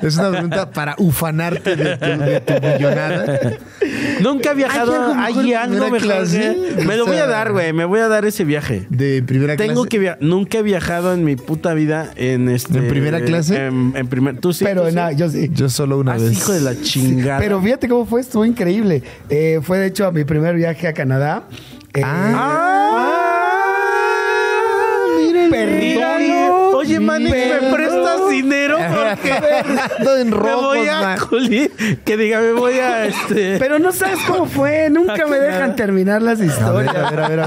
Es una pregunta para ufanarte de tu, de tu millonada.
Nunca he viajado.
¿Hay algo
¿Hay
mejor
algo
que
mejor,
primera clase?
que- Me lo
O
voy a
sea,
dar, güey. Me voy a dar ese viaje.
De primera
Tengo
clase.
que viajar. Nunca he viajado en mi puta vida en este.
¿En primera clase?
En, en primer. Tú sí.
pero
tú sí?
nada, yo sí.
Yo solo una
Ah, sí,
vez.
hijo
*laughs*
de la chingada.
Pero fíjate cómo fue, estuvo increíble. Eh, fue de hecho a mi primer viaje a Canadá. Eh,
¡Ah!
miren,
Dígalo. Oye, Manix, ¿me
perdón.
prestas
*laughs*
dinero? Porque
Todo en
me
robos,
voy a
man.
Culi- Que diga, me voy a
*laughs*
este.
Pero no sabes cómo fue, nunca me dejan terminar las
A ver,
historias.
a ver, a ver, a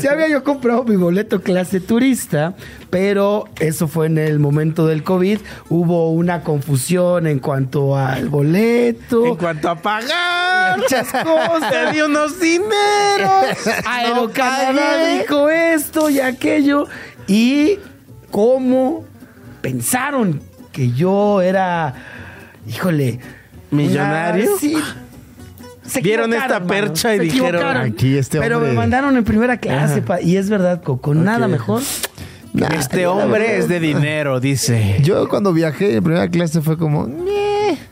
*laughs* Sí había yo comprado mi boleto clase turista, pero eso fue en el momento del COVID. Hubo una confusión en cuanto al boleto.
en cuanto a
*laughs*
pagar.
muchas cosas.
Te di unos dineros. *laughs*
Aerocanadá
pagué.
dijo esto y aquello. Y cómo pensaron que yo era, híjole, una-
¿Millonario?
Sí. Se
Vieron
equivocaron,
esta percha y
se
dijeron,
equivocaron.
"Aquí este
Pero
hombre".
me mandaron en primera clase. pa- y es verdad, Coco, nada mejor.
Este hombre es de dinero,
*laughs*
dice.
Yo cuando viajé en primera clase fue como... "Meh".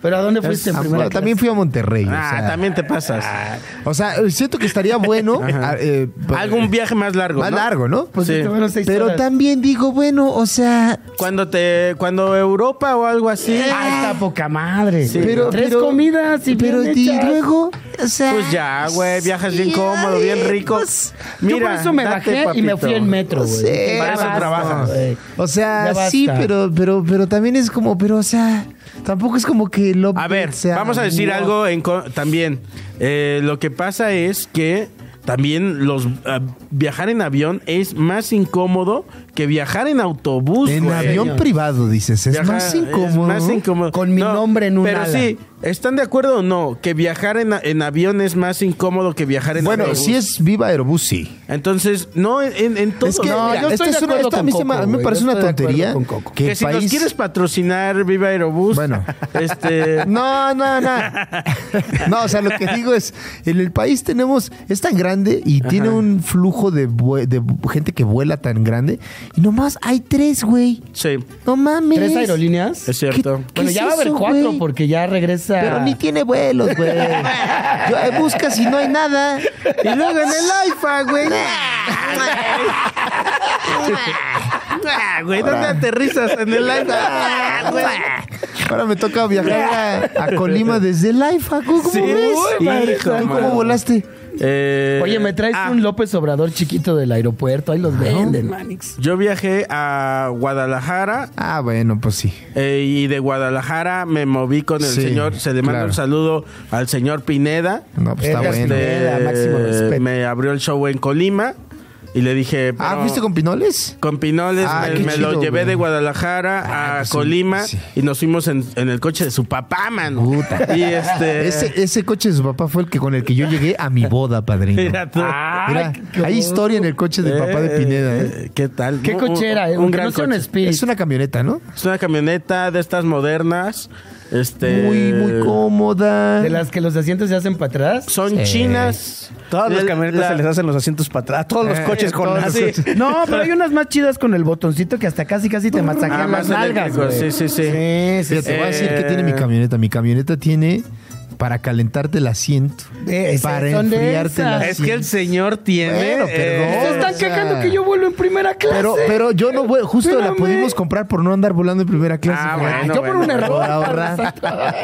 Pero ¿a dónde fuiste en
Ah,
primera
bueno, También
clase?
fui a Monterrey. o
Ah,
sea,
también te pasas.
ah,
O sea, siento que
*laughs*
estaría bueno... ah, eh, pa-
Algún viaje más largo.
Más
¿no?
largo, ¿no?
Pues
Sí.
sí, fueron seis
Pero
horas.
también digo, bueno, o sea...
Cuando te, cuando Europa o algo así.
Ah, está poca madre.
Sí,
pero,
¿no?
Tres
pero-
comidas y
Pero
bien
y
hechas.
luego, o sea... pues,
Pues ya, güey, viajas bien cómodo, bien rico.
pues, Yo por eso me
date,
bajé y me fui
papito.
en metro, güey.
sé,
Ya
para eso
basta,
trabajas.
güey.
O
Ya
sea,
basta.
sí, pero, pero, pero también es como, pero, o sea, tampoco es como que lo.
A ver,
sea,
vamos a decir
no.
algo en co- también. Eh, lo que pasa es que también los ah, viajar en avión es más incómodo que viajar en autobús.
En
güey.
avión
Señor.
privado, dices, es
Viajar-
más incómodo.
eh. es más incómodo.
Con mi nombre en un
Pero
ala.
sí, ¿están de acuerdo o no? Que viajar en, a- en avión es más incómodo que viajar en
Bueno,
autobús.
si es Viva Aerobús, sí.
Entonces, no, en, en todo.
Es que,
No,
mira,
yo
esta
estoy de
es una-
acuerdo
esta a
con
mí se me- a mí
Coco,
me
güey,
parece
yo
una
estoy de
tontería
acuerdo con Coco.
que
que
el
si nos
país- *laughs*
quieres patrocinar Viva Aerobús.
Bueno.
*laughs* Este.
*laughs* No,
*laughs*
no, no. No, o sea, lo que digo es, en el país tenemos, es tan grande y tiene un flujo de, vue- de gente que vuela tan grande y nomás hay tres, güey.
Sí,
No mames.
¿Tres aerolíneas?
es cierto.
¿Qué
Bueno,
es
ya va a haber
eso,
cuatro
güey?
porque ya regresa.
Pero ni tiene vuelos, güey. Yo, eh, Buscas y no hay nada.
Y luego en el IFA, güey. Ah, güey, ¿dónde aterrizas en el IFA? Ah, güey.
Ahora me toca viajar a, a Colima desde el IFA. ¿Cómo
Sí,
ves?
uy, hijo,
¿Tú
mano.
cómo volaste?
Eh,
Oye, me traes
ah,
un López Obrador chiquito del aeropuerto. Ahí los venden, Manix.
Yo viajé a Guadalajara
Ah, bueno, pues sí.
eh, y de Guadalajara me moví con el
Sí,
señor. Se le manda
claro.
un saludo al señor Pineda.
No, pues está
Edgar
bueno.
Pineda. Pineda, máximo respeto.
me abrió el show en Colima y le dije.
Ah,
pero-
¿fuiste con Pinoles?
Con Pinoles
Ah,
me,
qué
me lo
chido,
llevé
güey.
de Guadalajara
Ah,
a
pues sí,
Colima
sí.
y nos fuimos en, en el coche de su papá, mano. Y este.
*laughs* Ese, ese coche de su papá fue el que con el que yo llegué a mi boda, padrino.
Mira tú.
Mira, hay historia en el coche del papá de
Eh,
Pineda. ¿eh?
eh, ¿Qué tal?
¿Qué
Un-
cochera? ¿eh?
Un, un gran
no sea un
coche.
Spirit.
Es una camioneta, ¿no?
Es una camioneta de estas modernas. Este,
Muy, muy cómoda.
De las que los asientos se hacen para atrás.
Son
Sí.
chinas.
Todas las
El-
camionetas
la-
se les hacen los asientos para atrás. Todos los
Eh,
coches con
todos los
*laughs* así.
*laughs*
coches.
No, pero hay unas más chidas con el botoncito que hasta casi casi te
Ah,
masajean las
más
nalgas,
eléctricos,
güey.
sí, Eh, sí, sí.
Sí, sí,
Mira,
sí.
te voy a decir que tiene mi camioneta. Mi camioneta tiene para calentarte el asiento.
Eh, esas
para
son de
enfriarte el
esas.
asiento.
Es que el señor tiene. eh,
Bueno, perdón.
Se
O
están
sea,
cagando que yo vuelo en primera clase.
Pero, pero yo no voy, justo la
Espérame.
pudimos comprar por no andar volando en primera clase.
Ah,
güey.
Ay,
bueno,
yo por un
bueno,
error.
por ahorrar.
*laughs*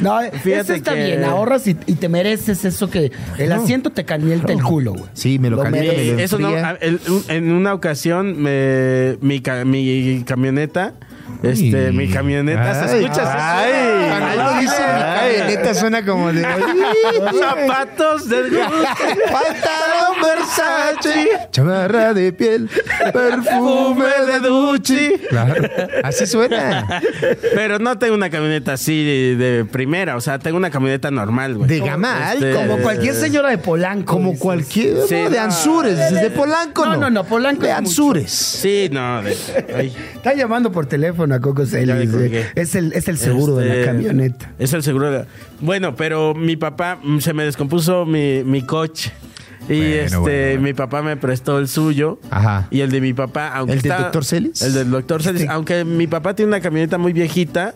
no,
Fíjate
eso está
que-
bien. Ahorras y, y te mereces eso que el asiento te calienta el culo, güey.
Sí, me lo,
Lo
calienta,
merece.
me lo
Eh, Eso no,
enfría.
a- el- un- en una ocasión me, mi, ca- mi camioneta, este, mi camioneta, ¿se
Ay.
escucha?
Ay, cuando uno dice mi camioneta suena como de
Zapatos
*laughs*
de
pantalón Versace, chamarra de piel, perfume de Duchi. Claro, así suena.
Pero no tengo una camioneta así de, de primera, o sea, tengo una camioneta normal, güey.
De gama
Este,
alta.
Como cualquier señora de Polanco.
Como
dices.
cualquier
Sí,
no, de
no.
Anzures, desde Polanco.
No, no, no, Polanco
De
es mucho.
Anzures.
Sí, no, de, ay,
Está llamando por teléfono a Coco
Ya le
Celis.
colgué.
güey. Es el, es el seguro de la
este,
camioneta.
Es el seguro de la- Bueno, pero mi papá mm, se me descompuso mi, mi coche. Y
Bueno,
este,
bueno, bueno.
mi papá me prestó el suyo.
Ajá.
Y el de mi papá, aunque
¿El del
está-
doctor Celis? Este.
El del doctor Celis. Aunque mi papá tiene una camioneta muy viejita.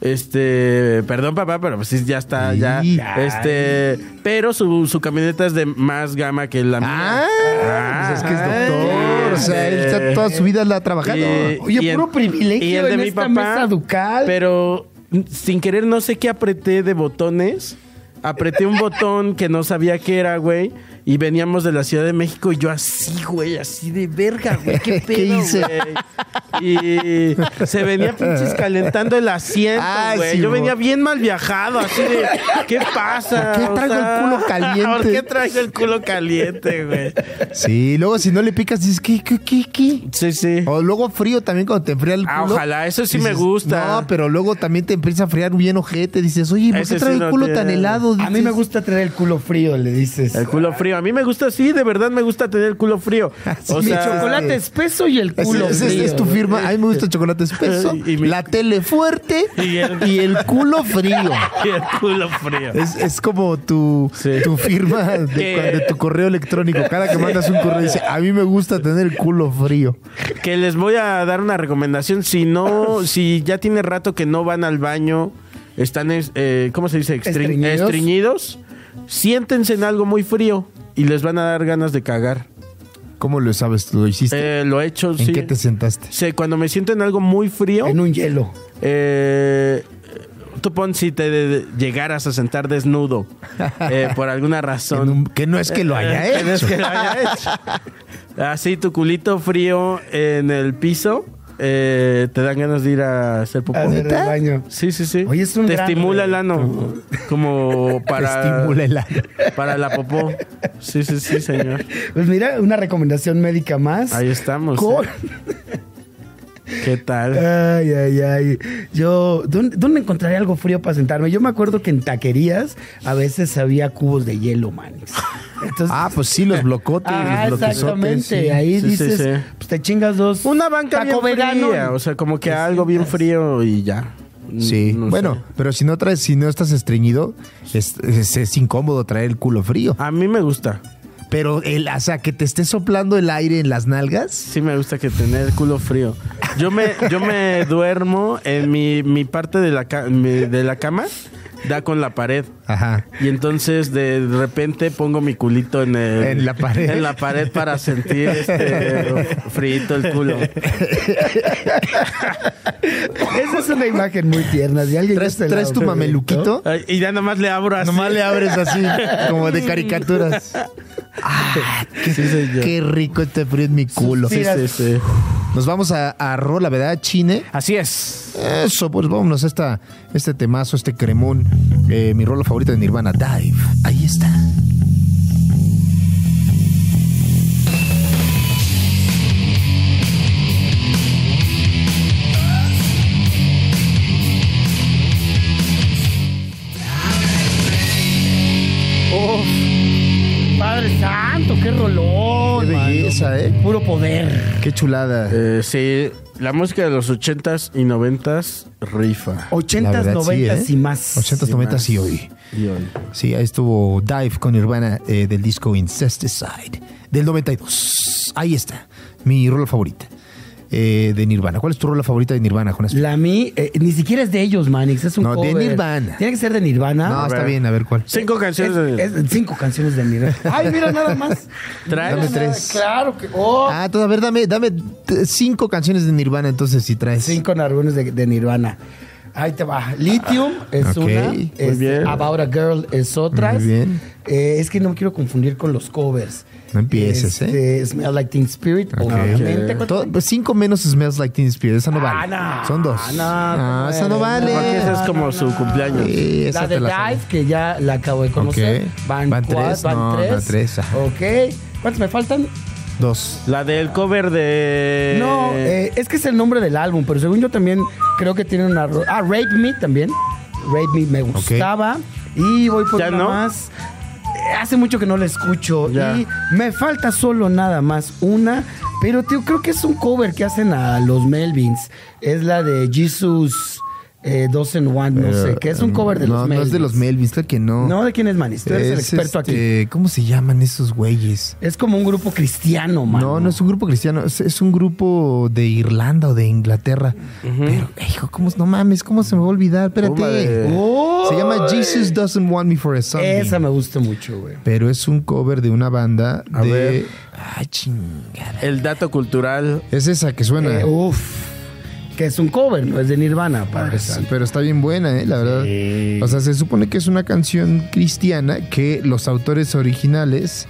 Este, perdón papá, pero pues sí, ya está, ya.
Y-
Este, pero su, su camioneta es de más gama que la mía. Ah,
Ah, pues es que es doctor. o sea, él
este,
está toda su vida la ha trabajado.
y-
Oye,
y
puro privilegio
y el de
en
mi
esta
papá,
mesa ducal.
Pero mm, sin querer, no sé qué apreté de botones. Apreté un botón que no sabía qué era, güey. Y veníamos de la Ciudad de México y yo así, güey, así de verga, güey.
*laughs*
¿Qué
¿Qué
pedo,
hice?
güey? Y se venía pinches calentando el asiento,
Ah,
güey.
sí,
yo
güey.
venía bien mal viajado, así de, ¿qué pasa?
¿Por qué
O
traigo el culo caliente?
*laughs* ¿Por qué traigo el culo caliente, güey?
Sí, luego si no le picas, dices, ¿qué, qué, qué, qué?
Sí, sí.
O luego frío también cuando te enfría el culo.
Ah, ojalá, eso sí me gusta.
No, pero luego también te empieza a friar bien ojete. Dices, oye, ¿por
Ese
qué
sí
trae el
no
culo
tiene-
tan helado?
A mí me
Dices,
gusta tener el culo frío, le dices.
El culo frío. A mí me gusta, sí, de verdad me gusta tener el culo
*laughs*
frío. O
Ah, Sí,
sea,
chocolate
Chocolate espeso y el
Ese-
culo
ese- ese
frío.
es tu firma. A mí me gusta el chocolate espeso,
*laughs* Y mi-
la tele fuerte
*laughs* Y
y
el-
el, culo frío.
y *laughs* el culo frío.
Es, es como tu,
Sí.
tu firma de,
Que-
de tu correo electrónico. Cada que mandas un correo dice, a mí me gusta tener el culo frío.
Que les voy a dar una recomendación. Si no,
*laughs*
si ya tiene rato que no van al baño, están, es- eh, ¿cómo se dice? Extri-
Estreñidos.
Estreñidos. Siéntense en algo muy frío y les van a dar ganas de cagar.
¿Cómo lo sabes tú? ¿Lo hiciste?
Eh, lo he hecho,
Este, ¿En
sí.
qué te sentaste?
Sí, cuando me siento en algo muy frío,
En un hielo.
Eh, tú pon si te de- de- llegaras a sentar
*laughs*
desnudo eh, por alguna razón.
En un- que no es que lo haya
Eh, que no es
hecho.
que lo haya hecho. Así tu culito frío en el piso eh, te dan ganas de ir a hacer popó.
Hacer el baño.
Sí, sí, sí.
Oye, es un
te
gran
estimula el ano. Como para.
estimula el ano.
Para la popó. Sí, sí, sí, señor.
Pues mira, una recomendación médica más.
Ahí estamos. ¿eh?
Con-
¿Qué tal?
Ay, ay, ay. Yo, ¿dónde, dónde encontraré algo frío para sentarme? Yo me acuerdo que en taquerías a veces había cubos de hielo, man. Entonces,
Ah, pues sí, los blocotes.
Ah,
los bloquesotes,
exactamente.
sí.
Ahí
Sí, sí,
dices,
sí.
pues te chingas dos.
Una banca
taco
bien
vegano.
fría, O sea, como que algo bien frío y ya.
Sí,
Mm, No sé.
bueno, pero si no traes, si no estás estreñido, es, es- es incómodo traer el culo frío.
A mí me gusta.
Pero el, o sea, que te esté soplando el aire en las nalgas.
Sí me gusta que tener el culo frío. *laughs* Yo me, yo me duermo en mi, mi parte de la, ca- mi- de la cama. da con la pared.
Ajá.
Y entonces de repente pongo mi culito en, el-
En la pared.
en la pared para sentir este frito el culo.
Esa es una imagen muy tierna. Si alguien este ya se
¿Traes,
la
traes tu
aventó,
mameluquito?
Ay, Y ya nomás le abro así.
Nomás le abres así, como de caricaturas. Ah, qué, qué rico este frío en mi culo.
Suspiras.
Sí, sí, sí. Nos vamos a, a Rola, ¿verdad, Chine?
Así es.
Eso, pues vámonos a esta, este temazo, este cremón. Eh, mi rola favorita de Nirvana, Dive. Ahí está.
Padre santo, qué rolón.
Qué
mano.
belleza, ¿eh?
Puro poder.
Qué chulada.
Eh, sí, la música de los 80s y 90s rifa.
80s,
La verdad, sí,
90s
¿eh?
y más.
80s, 90s y hoy.
Y hoy.
Sí, ahí estuvo Dive con Nirvana eh, del disco Incesticide del 92. Ahí está, mi rola favorita eh, de Nirvana. ¿Cuál es tu rola favorita de Nirvana, Jonas?
La mi, eh, ni siquiera es de ellos, Manix. Es un
No, de
cover.
Nirvana.
Tiene que ser de Nirvana.
no, está
ver.
bien, a ver cuál.
Cinco canciones de-
Es- es cinco canciones de Nirvana. Ay, mira nada más.
¿Traes?
Dame tres.
Claro que. Oh,
Ah, entonces, a ver, dame, dame t- cinco canciones de Nirvana, entonces, si traes.
cinco nargones de, de Nirvana. Ahí te va. Lithium es
Ok,
una.
muy
es
bien.
About a Girl es otra.
Muy bien.
Eh, es que no me quiero confundir con los covers.
No empieces, ¿eh?
Este, Smell Like Teen Spirit,
Ok.
obviamente.
To- pues, cinco menos Smells Like Teen Spirit. Esa no
Ah,
vale.
no.
Son dos.
Ah, no,
Ah,
no pues,
esa no
vale.
vale.
Porque esa es como su cumpleaños.
Sí, esa
la
te
de
la
Dive,
sabes.
que ya la acabo de conocer.
Ok.
Van,
Van
cua-
tres,
van
no,
tres.
van tres, ajá.
Ok. ¿Cuántos me faltan?
Dos.
La del cover de.
No, eh, es que es el nombre del álbum, pero según yo también creo que tiene una. ro- Ah, Rape Me también. Rape Me me gustaba. Y voy por
¿Ya
una
no?
más. Eh, Hace mucho que no la escucho.
Ya.
Y me falta solo nada más una. Pero tío, creo que es un cover que hacen a los Melvins. Es la de Jesus eh, Doesn't Want, no sé. Que es un cover de
Eh, no,
los
No,
Melvins.
es de los Melvins, claro que no.
No, ¿de quién es Manis? Tú eres el
Es,
experto aquí.
este, ¿Cómo se llaman esos güeyes?
Es como un grupo cristiano, man.
No, no es un grupo cristiano, es, es un grupo de Irlanda o de Inglaterra. Pero, hijo, ¿cómo, no mames, ¿cómo se me va a olvidar? Espérate.
Tómale.
¡Oh!
Se llama Jesus Doesn't Want Me for a Sunday.
Esa me gusta mucho, güey.
Pero es un cover de una banda
A
de.
ver.
Ay, chingada.
El dato cultural.
Es esa que suena.
Eh, uf. Que es un cover, no es de Nirvana, padre.
Ah, Sí,
santo.
pero está bien buena, ¿eh? la verdad. O sea, se supone que es una canción cristiana que los autores originales,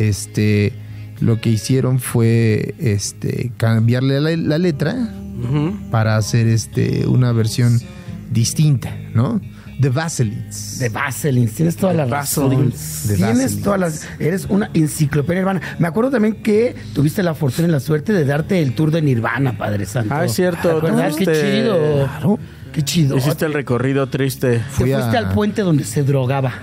este, lo que hicieron fue, este, cambiarle la, la letra para hacer, este, una versión distinta, ¿no? The Vaselines.
De Baselins, tienes toda la razón.
Baselines.
De
Tienes
Baselines.
todas las. Eres una enciclopedia nirvana. Me acuerdo también que tuviste la fortuna y la suerte de darte el tour de Nirvana, Padre Santo.
Ah, es cierto,
¿Te acuerdas? Qué
tuviste-
chido.
Claro.
Qué chido.
Hiciste el recorrido triste.
Te
Fui a-
fuiste al puente donde se drogaba.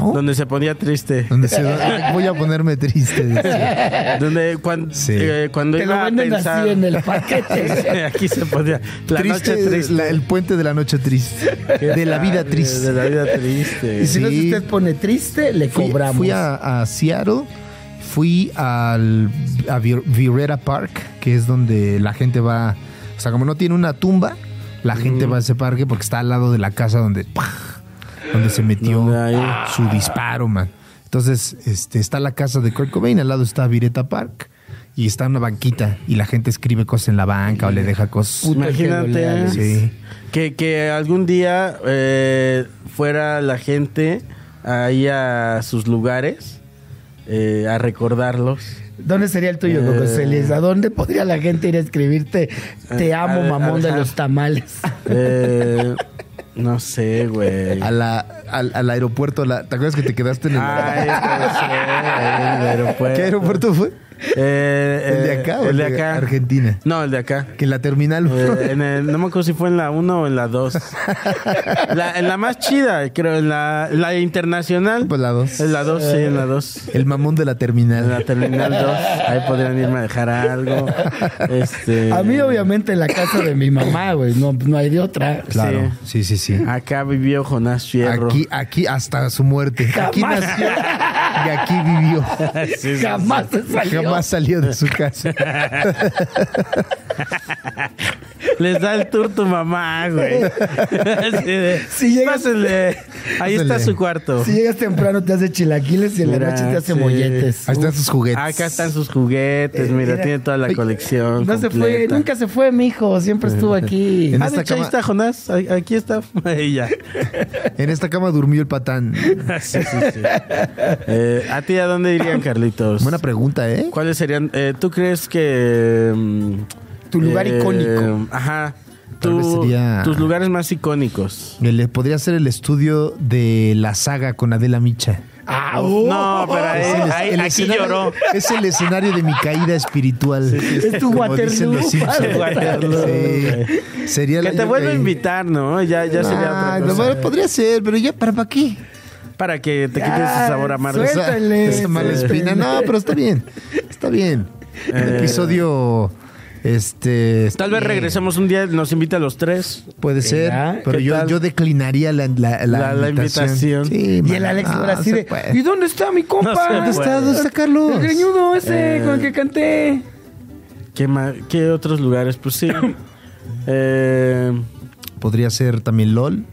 Donde se ponía
*laughs*
triste.
Donde Ah, se- voy a ponerme triste. decía.
Donde cuan-
Sí.
eh, cuando
Te
iba
lo
a
venden
pensar.
así en
*laughs*
el
*laughs*
paquete.
Aquí se ponía. La
Triste,
noche triste.
la- el puente de la noche triste. De la vida triste.
De la vida triste.
Y si no, si
Sí.
usted pone triste, le
Fui,
cobramos.
fui a, a Seattle, fui al, a Vir- Virrera Park, que es donde la gente va. O sea, como no tiene una tumba, la gente va a ese parque porque está al lado de la casa donde, ¡pah! donde se metió
Donde ahí-
su disparo, man. Entonces, este, está la casa de Kurt Cobain, al lado está Virrera Park. Y está una banquita y la gente escribe cosas en la banca o le deja cosas.
Imagínate
Sí.
que, que algún día eh, fuera la gente ahí a sus lugares eh, a recordarlos.
¿Dónde sería el tuyo,
Eh.
Coco Celis? ¿A dónde podría la gente ir a escribirte Te
Eh,
amo,
a- a
mamón de
dejar.
los tamales?
Eh, no sé, güey.
A la, *laughs* al, al aeropuerto, la- ¿te acuerdas que te quedaste en el,
Ay, no sé, ahí en
*laughs*
el aeropuerto.
¿Qué aeropuerto fue?
Eh,
¿El de
eh,
acá o
el de acá.
Argentina?
No, el de acá.
Que la terminal.
Eh, en el- no me acuerdo si fue en la 1 o en la 2. La, en la más chida, creo, en la, la internacional.
*laughs* Pues la dos.
En la 2, sí, en la 2.
el mamón de
En
la
la
terminal.
terminal 2. Ahí podrían irme a dejar algo. Este,
A mí, obviamente, en la casa de mi mamá, güey. No, no hay de otra.
*laughs* Claro. Sí, sí, sí.
Acá vivió Jonás Fierro.
Aquí, aquí, hasta su muerte. Aquí nació y aquí vivió.
*laughs* Sí, sí,
Jamás se salió.
Jamás salió de su casa.
les da el tour tu mamá, güey. *laughs* Así de,
Si llegas-
"Pásenle, Ahí está su cuarto.
Si llegas temprano te hace chilaquiles y en la
Mira,
noche te hace
sí.
molletes.
Ahí están sus juguetes.
Acá están sus juguetes, mira,
Mira.
tiene toda la
Ay,
colección.
No se fue,
completa.
nunca se fue, mi hijo. Siempre estuvo aquí.
En
Ah,
esta
de hecho, ahí
cama-
está Jonás. ahí- Aquí está. *laughs* Ahí ya.
En esta cama durmió el patán.
Sí, sí, sí. Eh, ¿A ti a dónde irían, Carlitos?
Buena pregunta, ¿eh?
¿Cuáles serían? eh, ¿Tú crees que. mm,
Tu lugar icónico.
Ajá.
Tal vez
Tu-
sería-
Tus lugares más icónicos.
Le podría ser el estudio de la saga con Adela Micha.
Ah,
No, pero ahí,
Es el-
ahí-
el
aquí
escenario-
lloró.
Es el escenario de mi caída espiritual.
Es tu
Como dicen
Waterloo,
los Simpsons.
padre.
Waterloo,
Sí. Sería
Que
la-
te vuelva a
eh,
invitar, ¿no? Ya, ya sería
ah,
otra
lo
cosa.
bueno, podría ser, pero ya, ¿para, para qué?
Para que te quites ese sabor amargo.
Esa-
Suéltale,
esa mala
suéltale.
espina. No, pero está bien. Está bien. El episodio. Este. está
Eh. Tal vez
bien.
regresemos un día, nos invita a los tres.
Puede ser.
Mira,
Pero
¿qué
yo,
tal?
yo declinaría la, la, la,
La- la invitación.
Sí,
Y
man,
el Alex
no,
ahora así
se
de.
puede.
¿Y dónde está mi compa?
No se
¿Dónde está?
puede.
¿Dónde está Carlos? El greñudo ese con el que canté.
¿Qué, ma- qué otros lugares?
*coughs*
Pues sí. Eh,
Podría ser también LOL.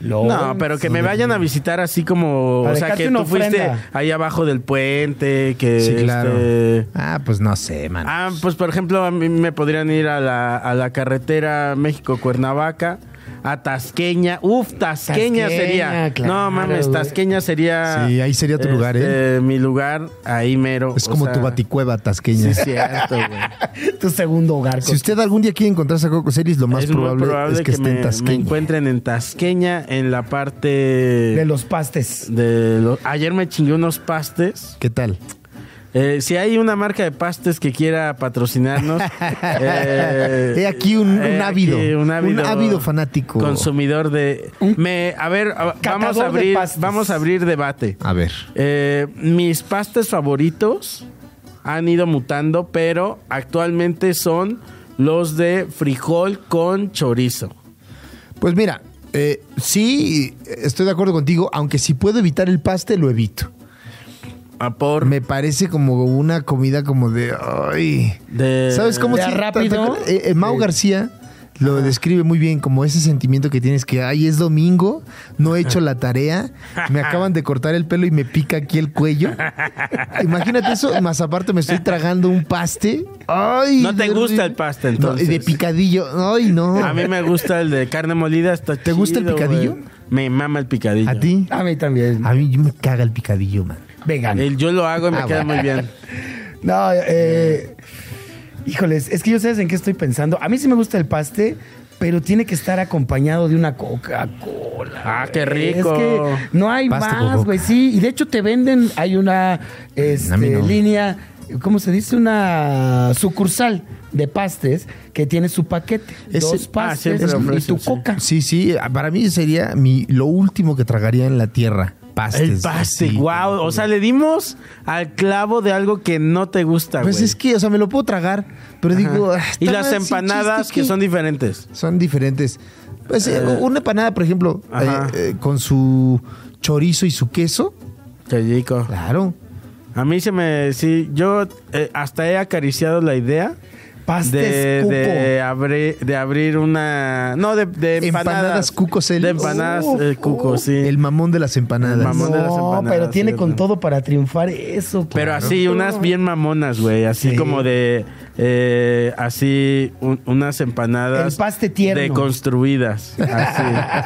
no, pero que me vayan a visitar así como.
Para
o sea,
dejarte
que
una
tú fuiste
ofrenda.
ahí abajo del puente. Que
Sí, claro.
este,
Ah, pues no sé, man.
Ah, pues por ejemplo, a mí me podrían ir a la, a la carretera México-Cuernavaca, a Tasqueña. Uf, Tasqueña,
Tasqueña,
sería.
claro,
no mames,
güey.
Tasqueña sería. este,
Sí, ahí sería tu lugar, ¿eh?
Mi lugar, ahí mero.
es
o
como
sea,
tu baticueva tasqueña.
Sí, es cierto, güey.
Tu segundo hogar.
*laughs* Si usted algún día quiere encontrarse a Coco Celis, lo más
es
probable,
muy probable
es que,
que,
esté
me,
en Tasqueña.
me encuentren en Tasqueña, en la parte.
de los pastes.
de lo- ayer me chingué unos pastes.
¿Qué tal?
Eh, si hay una marca de pastes que quiera
*laughs*
patrocinarnos, eh,
He aquí un, un
eh,
ávido.
aquí
un ávido. fanático.
consumidor de. Me, a ver, a- vamos
Catador
a
de
abrir,
pastes.
vamos a abrir debate.
A ver.
Eh, mis pastes favoritos han ido mutando, pero actualmente son los de frijol con chorizo.
Pues mira, eh, sí, estoy de acuerdo contigo, aunque si puedo evitar el paste, lo evito.
A por
Me parece como una comida como de. Ay.
de-
¿Sabes cómo
de
se-
a rápido.
Eh, eh, Mau García lo describe muy bien como ese sentimiento que tienes que, ay, es domingo, no he hecho la tarea, me acaban de cortar el pelo y me pica aquí el cuello. Imagínate eso, más aparte me estoy tragando un paste. Ay,
No te
de-
gusta el paste,
No,
entonces.
de picadillo. Ay, no.
A mí me gusta el de carne molida. Está
¿Te gusta el
chido,
picadillo?
güey. Me mama el picadillo.
¿A ti?
A mí también.
A mí me caga el picadillo, man.
Vegano.
El- yo lo hago y me
Ah,
queda
bueno.
muy bien.
*laughs*
*laughs* No, eh. Híjoles, es que yo sabes en qué estoy pensando. A mí sí me gusta el paste, pero tiene que estar acompañado de una Coca-Cola.
Ah, qué
güey.
rico.
Es que no hay
Paste con
más,
Coca.
güey. Sí, y de hecho te venden, hay una
Mm,
este,
A mí no.
línea, ¿cómo se dice? Una sucursal de pastes que tiene su paquete.
Es-
dos
ah,
pastes
siempre
y
ofrecen,
tu
sí.
Coca.
Sí, sí, para mí sería mi, lo último que tragaría en la tierra. Pastes.
El paste,
Este así.
wow. O sea, le dimos al clavo de algo que no te gusta,
Pues
güey.
es que, o sea, me lo puedo tragar, pero digo. ah,
y
está
las
mal, sin
empanadas
chiste,
que
¿qué?
son diferentes.
Son diferentes. Pues eh, una empanada, por ejemplo,
Ajá.
eh, eh, con su chorizo y su queso.
Qué rico.
Claro.
A mí se me... Sí, yo eh, hasta he acariciado la idea
Pastes
de,
cupo.
de, abrir, de abrir una... No, de, de empanadas.
Empanadas cuco, Celis.
De empanadas
Uf,
eh, cuco,
uf.
sí.
El mamón de las empanadas.
El mamón. de las
No,
empanadas,
pero tiene
sí,
con
¿no?
todo para triunfar eso.
Pero
claro.
así, unas bien mamonas, güey. Así
Sí.
como de. eh, así, un- unas empanadas.
El paste tierno. *laughs*
Deconstruidas. Así.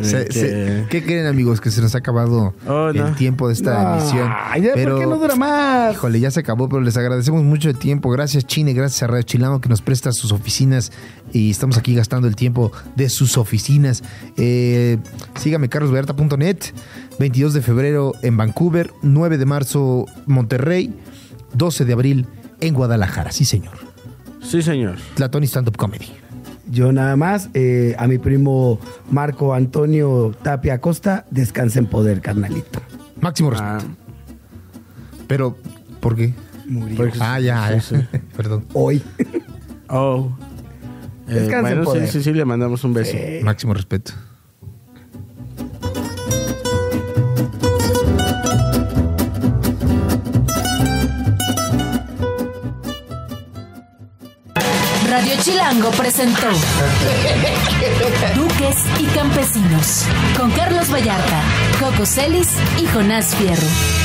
Se-
Eh,
se-
que-
¿Qué creen, amigos? Que se nos ha acabado
Oh, no.
el tiempo de esta
No,
emisión.
ay, ya, ¿por qué no dura más?
Híjole, ya se acabó, pero les agradecemos mucho el tiempo. Gracias, Chine. Gracias a Radio Chilano que nos presta sus oficinas y estamos aquí gastando el tiempo de sus oficinas. Eh, sígame, carlosberta.net. 22 de febrero en Vancouver. 9 de marzo, Monterrey. 12 de abril en Guadalajara. Sí, señor.
Sí, señor.
Platón y Stand Up Comedy.
Yo nada más, eh, a mi primo Marco Antonio Tapia Acosta, descansa en poder, carnalito.
Máximo respeto.
Ah,
Ah, Pero, ¿por qué?
Murió
Ah, ya, ya. *laughs* Perdón.
hoy.
oh. Eh,
Descansa en
bueno, sí,
poder.
sí, sí, le mandamos un beso.
Máximo respeto.
Radio Chilango presentó Duques y Campesinos con Carlos Vallarta, Coco Celis y Jonás Fierro.